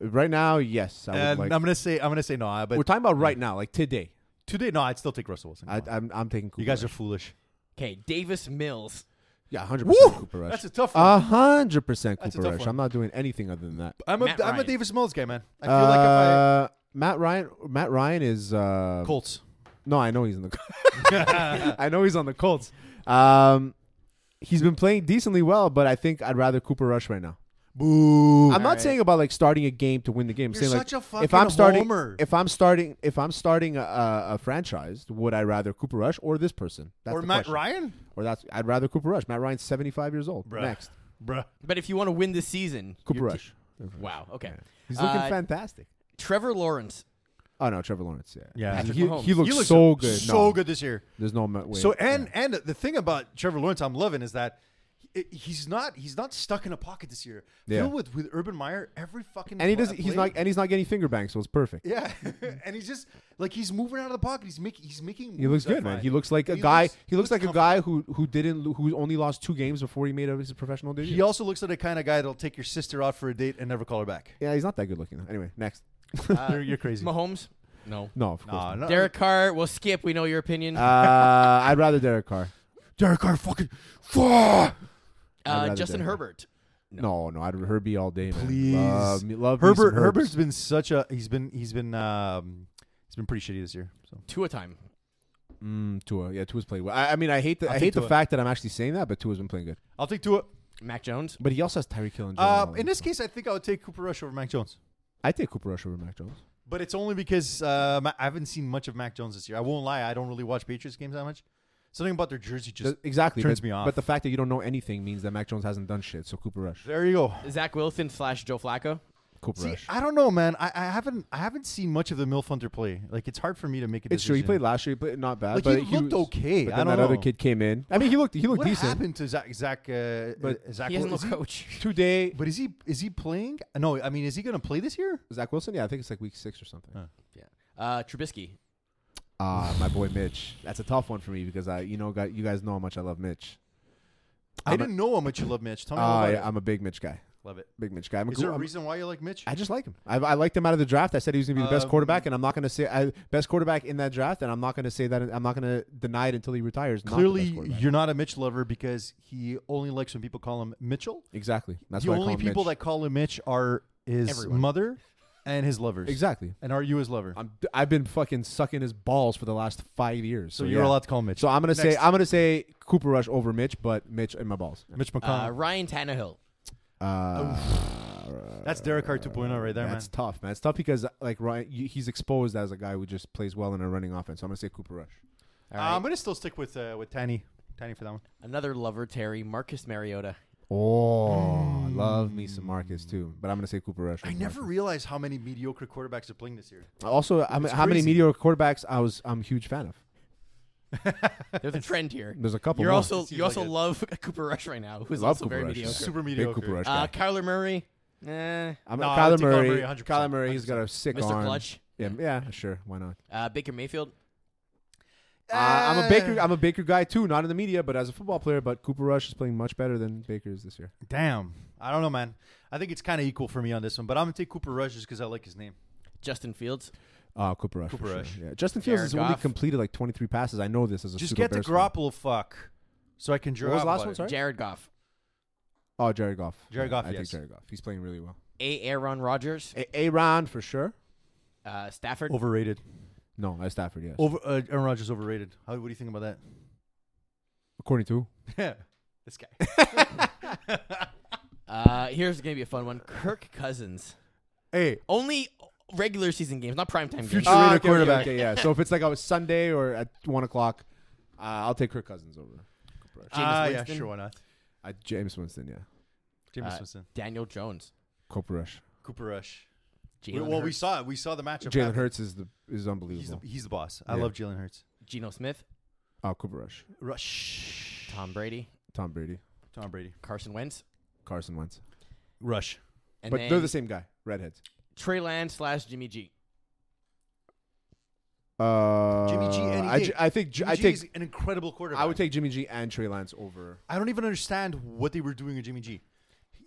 [SPEAKER 2] Right now, yes, I would
[SPEAKER 1] and
[SPEAKER 2] like.
[SPEAKER 1] I'm gonna say I'm gonna say no. I- But
[SPEAKER 2] we're talking about right now, like today.
[SPEAKER 1] today, no, I'd still take Russell Wilson.
[SPEAKER 2] I,
[SPEAKER 1] Come on.
[SPEAKER 2] I'm, I'm taking Cooper.
[SPEAKER 1] you guys are
[SPEAKER 2] Rush.
[SPEAKER 1] foolish.
[SPEAKER 3] Okay, Davis Mills.
[SPEAKER 2] yeah, hundred percent Cooper Rush.
[SPEAKER 1] That's a tough one.
[SPEAKER 2] A hundred percent
[SPEAKER 1] That's a
[SPEAKER 2] Cooper
[SPEAKER 1] tough
[SPEAKER 2] Rush.
[SPEAKER 1] one.
[SPEAKER 2] I'm not doing anything other than that.
[SPEAKER 1] I'm a
[SPEAKER 3] Matt
[SPEAKER 1] am a
[SPEAKER 3] Ryan.
[SPEAKER 1] Davis Mills guy, man. I feel like if
[SPEAKER 2] uh, Matt Ryan. Matt Ryan is uh,
[SPEAKER 1] I Colts.
[SPEAKER 2] No, I know he's in the. I know he's on the Colts. Um, he's been playing decently well, but I think I'd rather Cooper Rush right now.
[SPEAKER 1] Boo.
[SPEAKER 2] I'm not saying about like starting a game to win the game. I'm
[SPEAKER 1] You're
[SPEAKER 2] saying
[SPEAKER 1] such a
[SPEAKER 2] like
[SPEAKER 1] fucking
[SPEAKER 2] if I'm starting,
[SPEAKER 1] homer.
[SPEAKER 2] if I'm starting, if I'm starting a, a, a franchise, would I rather Cooper Rush or this person? That's
[SPEAKER 1] or
[SPEAKER 2] the
[SPEAKER 1] Matt
[SPEAKER 2] question.
[SPEAKER 1] Ryan,
[SPEAKER 2] Or that's I'd rather Cooper Rush. Matt Ryan's 75 years old.
[SPEAKER 1] Bruh.
[SPEAKER 2] Next,
[SPEAKER 1] bruh.
[SPEAKER 3] But if you want to win this season,
[SPEAKER 2] Cooper
[SPEAKER 3] your
[SPEAKER 2] Rush.
[SPEAKER 3] te- wow. Okay.
[SPEAKER 2] He's looking
[SPEAKER 3] Uh,
[SPEAKER 2] fantastic.
[SPEAKER 3] Trevor Lawrence.
[SPEAKER 2] Oh no, Trevor Lawrence. Yeah,
[SPEAKER 1] Yeah.
[SPEAKER 2] He,
[SPEAKER 1] Patrick
[SPEAKER 2] he,
[SPEAKER 3] Mahomes.
[SPEAKER 2] he looks
[SPEAKER 1] He looks
[SPEAKER 2] so good.
[SPEAKER 1] so
[SPEAKER 2] No,
[SPEAKER 1] good this year.
[SPEAKER 2] There's no ma- way.
[SPEAKER 1] So and and the thing about Trevor Lawrence I'm loving is that he- he's not he's not stuck in a pocket this year.
[SPEAKER 2] Yeah.
[SPEAKER 1] Deal with with Urban Meyer every fucking
[SPEAKER 2] and he
[SPEAKER 1] pla-
[SPEAKER 2] does. He's
[SPEAKER 1] play.
[SPEAKER 2] not. And he's not getting finger banged, so it's perfect.
[SPEAKER 1] yeah, and he's just like he's moving out of the pocket. He's making he's making.
[SPEAKER 2] He looks
[SPEAKER 1] moves, I
[SPEAKER 2] good, man.
[SPEAKER 1] find.
[SPEAKER 2] He looks like a
[SPEAKER 1] He
[SPEAKER 2] guy.
[SPEAKER 1] looks-
[SPEAKER 2] he looks like a
[SPEAKER 1] comfortable.
[SPEAKER 2] guy who who didn't lo- who only lost two games before he made his professional debut.
[SPEAKER 1] He also looks like the kind of guy that'll take your sister out for a date and never call her back.
[SPEAKER 2] yeah, he's not that good looking. Anyway, next.
[SPEAKER 1] you're, you're crazy.
[SPEAKER 3] Mahomes. No.
[SPEAKER 2] No, of course.
[SPEAKER 1] Nah,
[SPEAKER 2] not.
[SPEAKER 1] no,
[SPEAKER 3] Derek Carr. We'll skip. We know your opinion. Uh,
[SPEAKER 2] Uh, I'd rather Derek Carr.
[SPEAKER 1] Derek Carr, fucking. Fuck.
[SPEAKER 2] rather
[SPEAKER 3] Uh, Justin
[SPEAKER 2] Derek Carr.
[SPEAKER 3] Herbert.
[SPEAKER 2] No, no, I'd Herbie all day, man.
[SPEAKER 1] Please.
[SPEAKER 2] love me, love me some
[SPEAKER 1] Herbert
[SPEAKER 2] Herbs.
[SPEAKER 1] Herbert's been such a he's been he's been um he's been pretty shitty this year. So
[SPEAKER 3] Two a time.
[SPEAKER 2] Mm, Tua, yeah, Tua's played well. I, I mean, I hate the
[SPEAKER 1] I'll
[SPEAKER 2] I
[SPEAKER 1] take
[SPEAKER 2] hate the
[SPEAKER 1] Tua.
[SPEAKER 2] fact that I'm actually saying that, but Tua's been playing good.
[SPEAKER 1] I'll take Tua.
[SPEAKER 3] Mac Jones.
[SPEAKER 2] But he also has Tyreek Hill and Jordan
[SPEAKER 1] Uh,
[SPEAKER 2] Love.
[SPEAKER 1] in this case, I think I would take Cooper Rush over Mac Jones.
[SPEAKER 2] I take Cooper Rush over Mac Jones.
[SPEAKER 1] But it's only because uh, Ma- I haven't seen much of Mac Jones this year. I won't lie; I don't really watch Patriots games that much. Something about their jersey just
[SPEAKER 2] Th- exactly,
[SPEAKER 1] turns
[SPEAKER 2] but,
[SPEAKER 1] me off.
[SPEAKER 2] But the fact that you don't know anything means that Mac Jones hasn't done shit. So Cooper Rush,
[SPEAKER 1] there you go.
[SPEAKER 3] Zach Wilson slash Joe Flacco.
[SPEAKER 2] Cooper
[SPEAKER 1] See,
[SPEAKER 2] Rush.
[SPEAKER 1] I don't know, man. I, I haven't I haven't seen much of the Milf Hunter play. Like it's hard for me to make a decision.
[SPEAKER 2] it's true. He played last year. He played not bad.
[SPEAKER 1] Like,
[SPEAKER 2] but
[SPEAKER 1] he looked
[SPEAKER 2] was-
[SPEAKER 1] okay.
[SPEAKER 2] But then
[SPEAKER 1] I don't
[SPEAKER 2] that other
[SPEAKER 1] know.
[SPEAKER 2] kid came in. I mean, he looked he looked
[SPEAKER 1] What
[SPEAKER 2] decent.
[SPEAKER 1] happened to Zach? Zach, uh,
[SPEAKER 2] But
[SPEAKER 1] Zach
[SPEAKER 3] He has no
[SPEAKER 1] is he-
[SPEAKER 3] coach.
[SPEAKER 2] Today,
[SPEAKER 1] but is he is he playing? No, I mean, is he going to play this year?
[SPEAKER 2] Zach Wilson. Yeah, I think it's like week six or something.
[SPEAKER 1] Huh.
[SPEAKER 3] yeah. Uh, Trubisky.
[SPEAKER 2] Ah, my boy Mitch. That's a tough one for me because I, you know, got you guys know how much I love Mitch.
[SPEAKER 1] I
[SPEAKER 2] I'm a-
[SPEAKER 1] didn't know how much you love Mitch. Tell me all
[SPEAKER 2] Ah,
[SPEAKER 1] about
[SPEAKER 2] yeah,
[SPEAKER 1] it.
[SPEAKER 2] I'm a big Mitch guy.
[SPEAKER 1] Love it.
[SPEAKER 2] Big Mitch guy. I'm a
[SPEAKER 1] Is
[SPEAKER 2] cool-
[SPEAKER 1] there a
[SPEAKER 2] I'm-
[SPEAKER 1] reason why you like Mitch?
[SPEAKER 2] I just like him. I, I liked him out of the draft. I said he was going to be the best
[SPEAKER 1] Um,
[SPEAKER 2] quarterback, and I'm not going to say I, best quarterback in that draft, and I'm not going to say that. I'm not going to deny it until he retires. not the best
[SPEAKER 1] Clearly,
[SPEAKER 2] quarterback.
[SPEAKER 1] you're not a Mitch lover because he only likes when people call him Mitchell.
[SPEAKER 2] exactly. That's
[SPEAKER 1] the
[SPEAKER 2] why I
[SPEAKER 1] only
[SPEAKER 2] call him
[SPEAKER 1] people
[SPEAKER 2] Mitch.
[SPEAKER 1] that call him Mitch are his
[SPEAKER 3] Everyone.
[SPEAKER 1] mother and his lovers.
[SPEAKER 2] exactly.
[SPEAKER 1] And are you his lover?
[SPEAKER 2] I'm, I've been fucking sucking his balls for the last five years.
[SPEAKER 1] so
[SPEAKER 2] So,
[SPEAKER 1] you're
[SPEAKER 2] yeah.
[SPEAKER 1] allowed to call him Mitch.
[SPEAKER 2] So uh, I'm gonna say
[SPEAKER 1] Next.
[SPEAKER 2] I'm gonna say Cooper Rush over Mitch, but Mitch in my balls.
[SPEAKER 1] Mitch
[SPEAKER 3] Uh,
[SPEAKER 1] McConnell.
[SPEAKER 3] Ryan Tannehill.
[SPEAKER 2] Uh,
[SPEAKER 1] That's Derek Carr 2.0 right there,
[SPEAKER 2] that's tough, man. It's tough because like Ryan, you- he's exposed as a guy who just plays well in a running offense. So I'm gonna say Cooper Rush.
[SPEAKER 1] man. Uh,
[SPEAKER 2] Um,
[SPEAKER 1] I'm gonna still stick with uh, with Tanny. Tanny for that one.
[SPEAKER 3] Another lover, Terry. Marcus Mariota.
[SPEAKER 2] Oh, I love me some Marcus too, but I'm gonna say Cooper Rush.
[SPEAKER 1] Mm. I
[SPEAKER 2] over
[SPEAKER 1] never realized how many mediocre quarterbacks are playing this year.
[SPEAKER 2] Marcus. Also, I mean,
[SPEAKER 1] It's
[SPEAKER 2] how many
[SPEAKER 1] crazy.
[SPEAKER 2] meteor quarterbacks I was I'm a huge fan of.
[SPEAKER 3] There's a trend here.
[SPEAKER 2] There's a couple.
[SPEAKER 3] You're
[SPEAKER 2] more.
[SPEAKER 3] also
[SPEAKER 1] It seems
[SPEAKER 3] you also
[SPEAKER 1] like it.
[SPEAKER 3] love Cooper Rush right now, who's
[SPEAKER 2] Love
[SPEAKER 3] also
[SPEAKER 2] Cooper
[SPEAKER 3] very
[SPEAKER 2] Rush, yeah.
[SPEAKER 3] mediocre.
[SPEAKER 1] Super
[SPEAKER 2] big
[SPEAKER 1] mediocre.
[SPEAKER 2] Cooper Rush guy.
[SPEAKER 3] Uh, Kyler Murray, eh,
[SPEAKER 2] I'm
[SPEAKER 1] No, I
[SPEAKER 2] Kyler
[SPEAKER 1] would take Kyler
[SPEAKER 2] Murray.
[SPEAKER 1] Murray 100%.
[SPEAKER 2] Kyler Murray, he's got a sick
[SPEAKER 3] Mr.
[SPEAKER 2] arm.
[SPEAKER 3] Clutch,
[SPEAKER 2] Yeah, yeah, sure. Why not?
[SPEAKER 3] uh, Baker Mayfield.
[SPEAKER 2] Uh, I'm a Baker. I'm a Baker guy too. Not in the media, but as a football player. But Cooper Rush is playing much better than Baker is this year.
[SPEAKER 1] Damn. I don't know, man. I think it's kind of equal for me on this one, but I'm gonna take Cooper Rush just because I like his name.
[SPEAKER 3] Justin Fields.
[SPEAKER 2] Uh, Cooper Rush. for sure.
[SPEAKER 4] Rush.
[SPEAKER 2] Yeah. Justin Fields
[SPEAKER 3] Jared
[SPEAKER 2] has only
[SPEAKER 3] Goff.
[SPEAKER 2] completed like 23 passes. I know this as a
[SPEAKER 4] Just
[SPEAKER 2] pseudo
[SPEAKER 4] get the
[SPEAKER 2] Bears fan.
[SPEAKER 4] Garoppolo fuck, so I can draw.
[SPEAKER 2] What was the
[SPEAKER 4] up
[SPEAKER 2] last
[SPEAKER 4] on
[SPEAKER 2] one?
[SPEAKER 4] it.
[SPEAKER 2] Sorry?
[SPEAKER 3] Jared Goff,
[SPEAKER 2] Oh, Jared Goff.
[SPEAKER 4] Jared
[SPEAKER 2] Yeah,
[SPEAKER 4] Goff,
[SPEAKER 2] I think
[SPEAKER 4] yes.
[SPEAKER 2] Jared Goff. He's playing really well.
[SPEAKER 3] A. Aaron Rodgers,
[SPEAKER 2] A- Aaron for sure.
[SPEAKER 3] uh, Stafford.
[SPEAKER 2] Oh.
[SPEAKER 1] Overrated.
[SPEAKER 2] No, I Stafford. Yes.
[SPEAKER 1] Over uh, Aaron Rodgers overrated. How, what do you think about that?
[SPEAKER 2] According to
[SPEAKER 1] Yeah, this guy.
[SPEAKER 3] Uh, here's gonna be a fun one. Kirk Cousins.
[SPEAKER 1] hey,
[SPEAKER 3] Only regular season games, not primetime games.
[SPEAKER 1] Future- Ah, okay, okay,
[SPEAKER 2] quarterback.
[SPEAKER 1] okay,
[SPEAKER 2] yeah. So if it's like a Sunday or at one o'clock, uh, I'll take Kirk Cousins over. Cooper Rush.
[SPEAKER 3] Jameis
[SPEAKER 1] ah, yeah,
[SPEAKER 3] Winston?
[SPEAKER 1] sure, why not?
[SPEAKER 2] Uh, James Winston. Yeah.
[SPEAKER 1] James
[SPEAKER 3] Uh,
[SPEAKER 1] Winston,
[SPEAKER 3] Daniel Jones.
[SPEAKER 2] Cooper Rush.
[SPEAKER 1] Cooper Rush. We-
[SPEAKER 3] Jalen
[SPEAKER 1] well, we
[SPEAKER 3] Hurts,
[SPEAKER 1] saw it. We saw the matchup.
[SPEAKER 2] Jalen
[SPEAKER 1] happen.
[SPEAKER 2] Hurts is the is
[SPEAKER 1] He's the,
[SPEAKER 2] unbelievable.
[SPEAKER 1] he's the boss. I
[SPEAKER 2] Yeah.
[SPEAKER 1] love Jalen Hurts.
[SPEAKER 3] Geno Smith,
[SPEAKER 2] Oh, Cooper Rush.
[SPEAKER 1] Rush.
[SPEAKER 3] Tom Brady,
[SPEAKER 2] Tom Brady.
[SPEAKER 1] Tom Brady.
[SPEAKER 3] Carson Wentz,
[SPEAKER 2] Carson Wentz.
[SPEAKER 1] Rush.
[SPEAKER 3] and
[SPEAKER 2] but
[SPEAKER 3] then
[SPEAKER 2] they're the same guy. Redheads.
[SPEAKER 3] Trey Lance slash Jimmy G.
[SPEAKER 2] Uh,
[SPEAKER 1] Jimmy G any
[SPEAKER 2] I,
[SPEAKER 1] day.
[SPEAKER 2] ju- I think ju-
[SPEAKER 1] Jimmy
[SPEAKER 2] I
[SPEAKER 1] G
[SPEAKER 2] take
[SPEAKER 1] is an incredible quarterback.
[SPEAKER 2] I would take Jimmy G and Trey Lance over.
[SPEAKER 1] I don't even understand what they were doing with Jimmy G.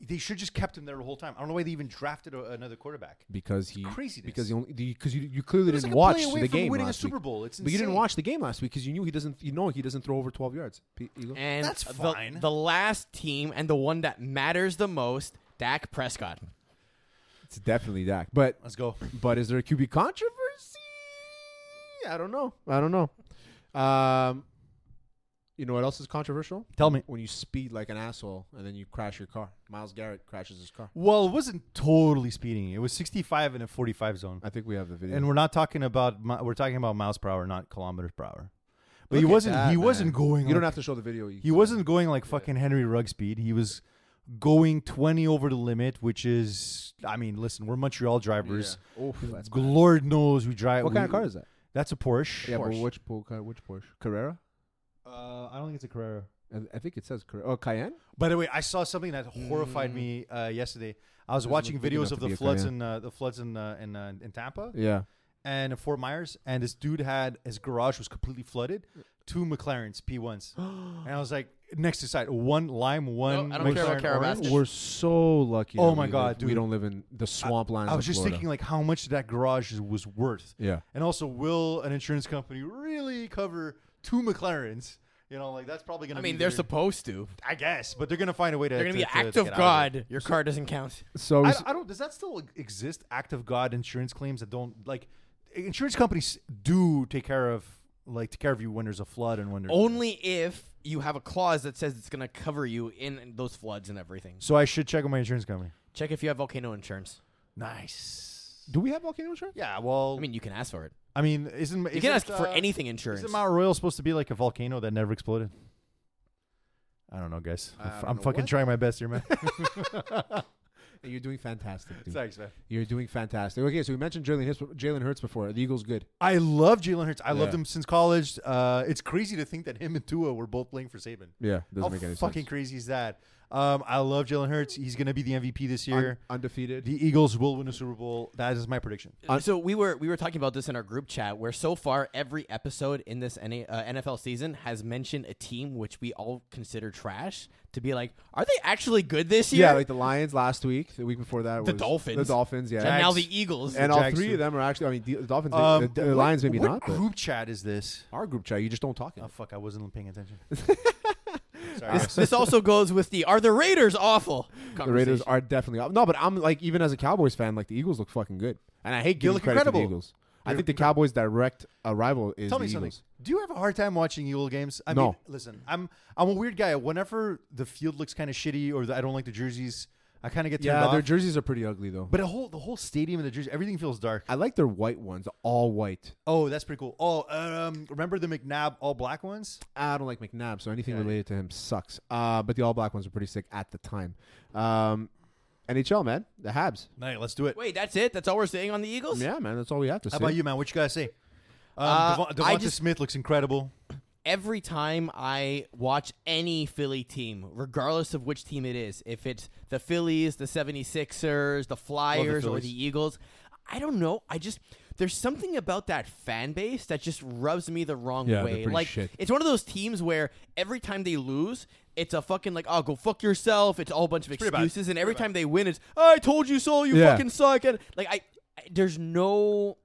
[SPEAKER 1] They should just kept him there the whole time. I don't know why they even drafted a, another quarterback.
[SPEAKER 2] because he
[SPEAKER 1] craziness.
[SPEAKER 2] because you only because you, you clearly
[SPEAKER 1] It's like
[SPEAKER 2] didn't
[SPEAKER 1] a
[SPEAKER 2] watch
[SPEAKER 1] play away
[SPEAKER 2] the
[SPEAKER 1] from
[SPEAKER 2] game
[SPEAKER 1] winning
[SPEAKER 2] last
[SPEAKER 1] a Super
[SPEAKER 2] week.
[SPEAKER 1] Bowl. It's
[SPEAKER 2] But you didn't
[SPEAKER 1] insane.
[SPEAKER 2] watch the game last week because you knew he doesn't. You know he doesn't throw over twelve yards. P- Eagle?
[SPEAKER 3] And
[SPEAKER 1] That's
[SPEAKER 3] the-
[SPEAKER 1] fine.
[SPEAKER 3] The, last team and the one that matters the most, Dak Prescott.
[SPEAKER 2] It's definitely Dak. But
[SPEAKER 1] Let's go.
[SPEAKER 2] but is there a QB controversy? I don't know. I don't know. Um, you know what else is controversial?
[SPEAKER 1] Tell me.
[SPEAKER 2] When you speed like an asshole and then you crash your car. Miles Garrett crashes his car.
[SPEAKER 1] Well, it wasn't totally speeding. It was 65 in a 45 zone.
[SPEAKER 2] I think we have the video.
[SPEAKER 1] And we're not talking about mi- we're talking about miles per hour, not kilometers per hour. But he
[SPEAKER 2] Look at
[SPEAKER 1] wasn't
[SPEAKER 2] that,
[SPEAKER 1] he wasn't
[SPEAKER 2] man.
[SPEAKER 1] going
[SPEAKER 2] You don't
[SPEAKER 1] like-
[SPEAKER 2] have to show the video. You
[SPEAKER 1] He
[SPEAKER 2] can-
[SPEAKER 1] wasn't going like fucking Henry Rugg speed. He was going 20 over the limit, which is, I mean, listen, we're Montreal
[SPEAKER 2] Yeah.
[SPEAKER 1] drivers.
[SPEAKER 2] Oof, that's bad.
[SPEAKER 1] Lord knows we drive.
[SPEAKER 2] What
[SPEAKER 1] we-
[SPEAKER 2] kind of car is that?
[SPEAKER 1] That's a Porsche.
[SPEAKER 2] Yeah,
[SPEAKER 3] Porsche.
[SPEAKER 2] but which po- car- which Porsche? Carrera?
[SPEAKER 1] Uh, I don't think it's a Carrera.
[SPEAKER 2] I, I think it says Carrera. Oh, Cayenne.
[SPEAKER 1] By the way, I saw something that horrified me uh, yesterday. I was
[SPEAKER 2] Doesn't
[SPEAKER 1] watching
[SPEAKER 2] look big
[SPEAKER 1] videos
[SPEAKER 2] enough
[SPEAKER 1] of
[SPEAKER 2] to
[SPEAKER 1] the
[SPEAKER 2] be Hmm. a
[SPEAKER 1] floods,
[SPEAKER 2] Cayenne.
[SPEAKER 1] in, uh, the floods in uh, in uh, in Tampa
[SPEAKER 2] Yeah.
[SPEAKER 1] and in Fort Myers, and this dude had his garage was completely flooded. Two McLarens P1s, and I was like next to side one lime, one.
[SPEAKER 3] I don't care about
[SPEAKER 1] McLaren
[SPEAKER 3] Carabas.
[SPEAKER 1] orange.
[SPEAKER 3] Basket.
[SPEAKER 2] We're so lucky.
[SPEAKER 1] Oh
[SPEAKER 2] that
[SPEAKER 1] my
[SPEAKER 2] we
[SPEAKER 1] God,
[SPEAKER 2] live- we
[SPEAKER 1] dude.
[SPEAKER 2] don't live in the swamplands.
[SPEAKER 1] I
[SPEAKER 2] of
[SPEAKER 1] was just
[SPEAKER 2] Florida.
[SPEAKER 1] thinking like how much that garage is- was worth.
[SPEAKER 2] Yeah.
[SPEAKER 1] And also, will an insurance company really cover two McLarens? You know, like that's probably gonna.
[SPEAKER 3] I
[SPEAKER 1] be
[SPEAKER 3] mean, they're
[SPEAKER 1] their-
[SPEAKER 3] supposed to.
[SPEAKER 1] I guess, but they're gonna find a way to.
[SPEAKER 3] They're gonna
[SPEAKER 1] to-
[SPEAKER 3] be
[SPEAKER 1] to-
[SPEAKER 3] act
[SPEAKER 1] to
[SPEAKER 3] of
[SPEAKER 1] get out
[SPEAKER 3] God.
[SPEAKER 1] it.
[SPEAKER 3] Your car doesn't count.
[SPEAKER 2] So
[SPEAKER 1] I,
[SPEAKER 2] is-
[SPEAKER 1] I don't. Does that still exist? Act of God insurance claims that don't like insurance companies do take care of like take care of you when there's a flood and when there's
[SPEAKER 3] Only if you have a clause that says it's gonna cover you in those floods and everything.
[SPEAKER 1] So I should check with my insurance company.
[SPEAKER 3] Check if you have volcano insurance.
[SPEAKER 1] Nice.
[SPEAKER 2] do we have volcano insurance?
[SPEAKER 1] Yeah. Well,
[SPEAKER 3] I mean, you can ask for it.
[SPEAKER 1] I mean, isn't uh,
[SPEAKER 3] You can ask
[SPEAKER 2] uh,
[SPEAKER 3] for anything insurance.
[SPEAKER 1] Isn't Mount Royal supposed to be like a volcano that never exploded? I don't know, guys.
[SPEAKER 2] I don't
[SPEAKER 1] I'm
[SPEAKER 2] know
[SPEAKER 1] fucking
[SPEAKER 2] what.
[SPEAKER 1] trying my best here, man.
[SPEAKER 2] You're doing fantastic. dude.
[SPEAKER 1] Thanks, man.
[SPEAKER 2] You're doing fantastic. Okay, so we mentioned Jalen Hurts, Jalen Hurts before. The Eagles good.
[SPEAKER 1] I love Jalen Hurts. I loved
[SPEAKER 2] Yeah.
[SPEAKER 1] him since college. Uh, it's crazy to think that him and Tua were both playing for Saban.
[SPEAKER 2] Yeah, doesn't
[SPEAKER 1] How
[SPEAKER 2] make any
[SPEAKER 1] fucking
[SPEAKER 2] sense.
[SPEAKER 1] crazy is that? Um, I love Jalen Hurts. He's going to be the MVP this year.
[SPEAKER 2] undefeated.
[SPEAKER 1] the Eagles will win a Super Bowl. That is my prediction.
[SPEAKER 3] Uh, so we were we were talking about this in our group chat where so far every episode in this NA, uh, NFL season has mentioned a team which we all consider trash to be like are they actually good this year
[SPEAKER 2] yeah, like the Lions last week. The week before that,
[SPEAKER 3] The
[SPEAKER 2] was-
[SPEAKER 3] Dolphins.
[SPEAKER 2] The Dolphins, yeah.
[SPEAKER 3] and now
[SPEAKER 1] Jags.
[SPEAKER 3] the Eagles
[SPEAKER 2] and
[SPEAKER 1] the
[SPEAKER 2] all
[SPEAKER 1] Jags
[SPEAKER 2] three
[SPEAKER 1] too.
[SPEAKER 2] of them are actually. I mean, the the Dolphins,
[SPEAKER 1] Um,
[SPEAKER 2] the, the Lions,
[SPEAKER 1] what-
[SPEAKER 2] maybe
[SPEAKER 1] what
[SPEAKER 2] not. but-
[SPEAKER 1] group chat is this?
[SPEAKER 2] our group chat, you just don't talk.
[SPEAKER 1] Oh
[SPEAKER 2] Enough.
[SPEAKER 1] fuck! I wasn't paying attention. Sorry.
[SPEAKER 3] this, this also goes with the are the Raiders awful
[SPEAKER 2] The Raiders are definitely up. No, but I'm like even as a Cowboys fan, like the Eagles look fucking good, and I hate
[SPEAKER 1] They
[SPEAKER 2] giving
[SPEAKER 1] look
[SPEAKER 2] credit to the
[SPEAKER 1] incredible.
[SPEAKER 2] Eagles.
[SPEAKER 1] They
[SPEAKER 2] I think
[SPEAKER 1] look
[SPEAKER 2] the Cowboys' direct uh, rival is
[SPEAKER 1] Tell
[SPEAKER 2] the
[SPEAKER 1] me something.
[SPEAKER 2] Eagles.
[SPEAKER 1] Do you have a hard time watching Eagle games? I mean,
[SPEAKER 2] No.
[SPEAKER 1] listen, I'm I'm a weird guy. Whenever the field looks kind of shitty or the, I don't like the jerseys, I kind of get turned
[SPEAKER 2] Yeah,
[SPEAKER 1] off.
[SPEAKER 2] their jerseys are pretty ugly though.
[SPEAKER 1] but a whole the whole stadium and the jersey, everything feels dark.
[SPEAKER 2] I like their white ones, all white.
[SPEAKER 1] Oh, that's pretty cool. Oh, um, remember the McNabb all black ones?
[SPEAKER 2] I don't like McNabb, so anything
[SPEAKER 1] Yeah.
[SPEAKER 2] related to him sucks. Uh, but the all black ones were pretty sick at the time. Um, NHL man, the Habs.
[SPEAKER 1] Night, let's do it.
[SPEAKER 3] wait that's it that's all we're saying on the Eagles
[SPEAKER 2] Yeah, man, that's all we have to
[SPEAKER 1] How
[SPEAKER 2] say.
[SPEAKER 1] about you, man? What you guys say? Um,
[SPEAKER 3] Uh,
[SPEAKER 1] Devon-
[SPEAKER 3] I
[SPEAKER 1] Devonta
[SPEAKER 3] just-
[SPEAKER 1] Smith looks incredible.
[SPEAKER 3] every time I watch any Philly team, regardless of which team it is, if it's the Phillies, the 76ers, the Flyers, or
[SPEAKER 1] Phillies.
[SPEAKER 3] the Eagles, I don't know. I just there's something about that fan base that just rubs me the wrong
[SPEAKER 2] Yeah, they're
[SPEAKER 3] way.
[SPEAKER 2] pretty
[SPEAKER 3] Like
[SPEAKER 2] shit.
[SPEAKER 3] it's one of those teams where every time they lose, it's a fucking like, oh, go fuck yourself. It's all a bunch of
[SPEAKER 1] pretty bad.
[SPEAKER 3] excuses, and every time they win, it's I told you so. You
[SPEAKER 2] Yeah.
[SPEAKER 3] fucking suck. And like I, I there's no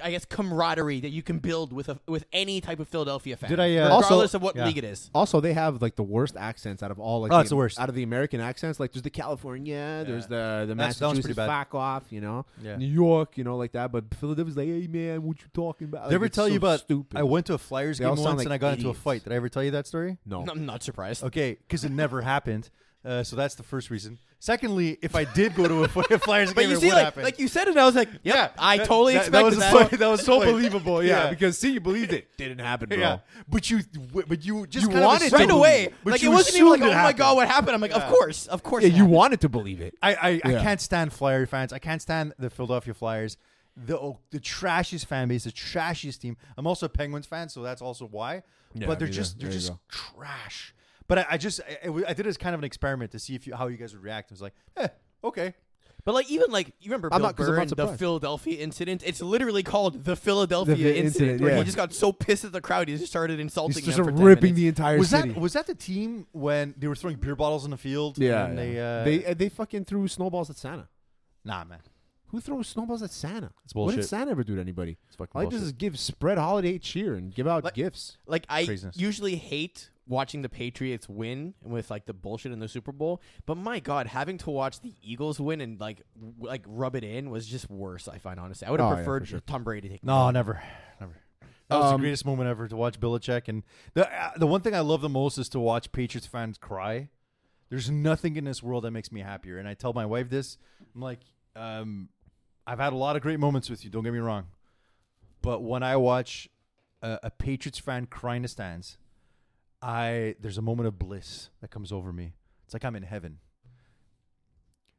[SPEAKER 3] I guess camaraderie that you can build with a, with any type of Philadelphia fan.
[SPEAKER 1] Did I, uh,
[SPEAKER 2] Also-
[SPEAKER 3] regardless of what
[SPEAKER 1] yeah.
[SPEAKER 3] league it is?
[SPEAKER 2] Also, they have like the worst accents out of all. Like
[SPEAKER 1] Oh, it's the worst.
[SPEAKER 2] out of the American accents. Like there's the California, there's the the
[SPEAKER 1] That's- that one's
[SPEAKER 2] Massachusetts
[SPEAKER 1] pretty bad.
[SPEAKER 2] back off, you know,
[SPEAKER 1] Yeah.
[SPEAKER 2] New York, you know, like that. But Philadelphia's like, hey man, what you talking about?
[SPEAKER 3] Oh,
[SPEAKER 2] Like,
[SPEAKER 1] Did I ever
[SPEAKER 2] it's
[SPEAKER 1] tell
[SPEAKER 2] so
[SPEAKER 1] you about?
[SPEAKER 2] stupid?
[SPEAKER 1] I went to a Flyers
[SPEAKER 2] They
[SPEAKER 1] game
[SPEAKER 2] all
[SPEAKER 1] once
[SPEAKER 2] sound like
[SPEAKER 1] and I got into a
[SPEAKER 2] idiots.
[SPEAKER 1] fight. Did I ever tell you that story?
[SPEAKER 2] no.
[SPEAKER 3] I'm not surprised.
[SPEAKER 1] Okay, because it never happened. Uh, so that's the first reason. Secondly, if I did go to a Fly- a Flyers game,
[SPEAKER 3] But you
[SPEAKER 1] it
[SPEAKER 3] see,
[SPEAKER 1] would
[SPEAKER 3] like,
[SPEAKER 1] happen.
[SPEAKER 3] like you said it, and I was like, yep,
[SPEAKER 1] Yeah,
[SPEAKER 3] I
[SPEAKER 1] that-
[SPEAKER 3] totally
[SPEAKER 1] that- that
[SPEAKER 3] expected
[SPEAKER 1] was
[SPEAKER 3] that.
[SPEAKER 1] the point. That was the
[SPEAKER 2] so
[SPEAKER 1] point.
[SPEAKER 2] believable, yeah,
[SPEAKER 1] Oh, Yeah.
[SPEAKER 2] Because see, you believed it. Didn't happen, bro.
[SPEAKER 1] Yeah, but you, but you just
[SPEAKER 2] You
[SPEAKER 1] kind of
[SPEAKER 2] wanted
[SPEAKER 1] assumed-
[SPEAKER 3] right away.
[SPEAKER 1] but
[SPEAKER 3] like it
[SPEAKER 1] you
[SPEAKER 3] wasn't even like,
[SPEAKER 1] assumed
[SPEAKER 3] oh
[SPEAKER 1] it
[SPEAKER 3] my
[SPEAKER 1] happened.
[SPEAKER 3] god, what happened? I'm like, of course, of course.
[SPEAKER 2] Yeah,
[SPEAKER 3] it
[SPEAKER 2] you
[SPEAKER 3] happened.
[SPEAKER 2] wanted to believe it.
[SPEAKER 1] I, I, I
[SPEAKER 2] Yeah.
[SPEAKER 1] can't stand Flyer fans. I can't stand the Philadelphia Flyers. The oh, the trashiest fan base, the trashiest team. I'm also a Penguins fan, so that's also why.
[SPEAKER 2] Yeah,
[SPEAKER 1] but they're
[SPEAKER 2] me
[SPEAKER 1] just
[SPEAKER 2] too.
[SPEAKER 1] they're
[SPEAKER 2] There you
[SPEAKER 1] just
[SPEAKER 2] go.
[SPEAKER 1] trash. But I, I just I, it wa- I did it as kind of an experiment to see if you, how you guys would react. I was like, eh, okay,
[SPEAKER 3] But like even like you remember
[SPEAKER 2] I'm
[SPEAKER 3] Bill
[SPEAKER 2] not- 'cause I'm
[SPEAKER 3] Burr
[SPEAKER 2] not
[SPEAKER 3] and the
[SPEAKER 2] surprised.
[SPEAKER 3] Philadelphia incident? It's literally called the Philadelphia
[SPEAKER 2] The- the
[SPEAKER 3] incident,
[SPEAKER 2] incident,
[SPEAKER 3] where
[SPEAKER 2] yeah.
[SPEAKER 3] he just got so pissed at the crowd he just started insulting
[SPEAKER 2] He's just
[SPEAKER 3] them for 10
[SPEAKER 2] ripping
[SPEAKER 3] minutes.
[SPEAKER 2] the entire
[SPEAKER 1] was
[SPEAKER 2] city.
[SPEAKER 1] that was that the team when they were throwing beer bottles in the field?
[SPEAKER 2] yeah,
[SPEAKER 1] and
[SPEAKER 2] yeah.
[SPEAKER 1] They, uh,
[SPEAKER 2] they uh, they fucking threw snowballs at Santa.
[SPEAKER 1] nah, man,
[SPEAKER 2] Who throws snowballs at Santa?
[SPEAKER 1] It's
[SPEAKER 2] What did
[SPEAKER 1] bullshit.
[SPEAKER 2] Santa ever do to anybody?
[SPEAKER 1] it's fucking
[SPEAKER 2] All he does
[SPEAKER 1] bullshit.
[SPEAKER 2] is give spread holiday cheer and give out
[SPEAKER 3] Like-
[SPEAKER 2] gifts.
[SPEAKER 3] Like I
[SPEAKER 1] Craziness.
[SPEAKER 3] usually hate watching the Patriots win with like the bullshit in the Super Bowl, but my god, having to watch the Eagles win and like w- like rub it in was just worse. I find honestly, I would
[SPEAKER 2] Oh,
[SPEAKER 3] have
[SPEAKER 2] yeah,
[SPEAKER 3] preferred
[SPEAKER 2] for sure.
[SPEAKER 3] Tom Brady taking.
[SPEAKER 1] No, never, never. That was
[SPEAKER 2] Um,
[SPEAKER 1] the greatest moment ever to watch Belichick, and the uh, the one thing I love the most is to watch Patriots fans cry. There's nothing in this world that makes me happier, and I tell my wife this. I'm like, um, I've had a lot of great moments with you. Don't get me wrong, but when I watch a, a Patriots fan cry in the stands, I there's a moment of bliss that comes over me. It's like I'm in heaven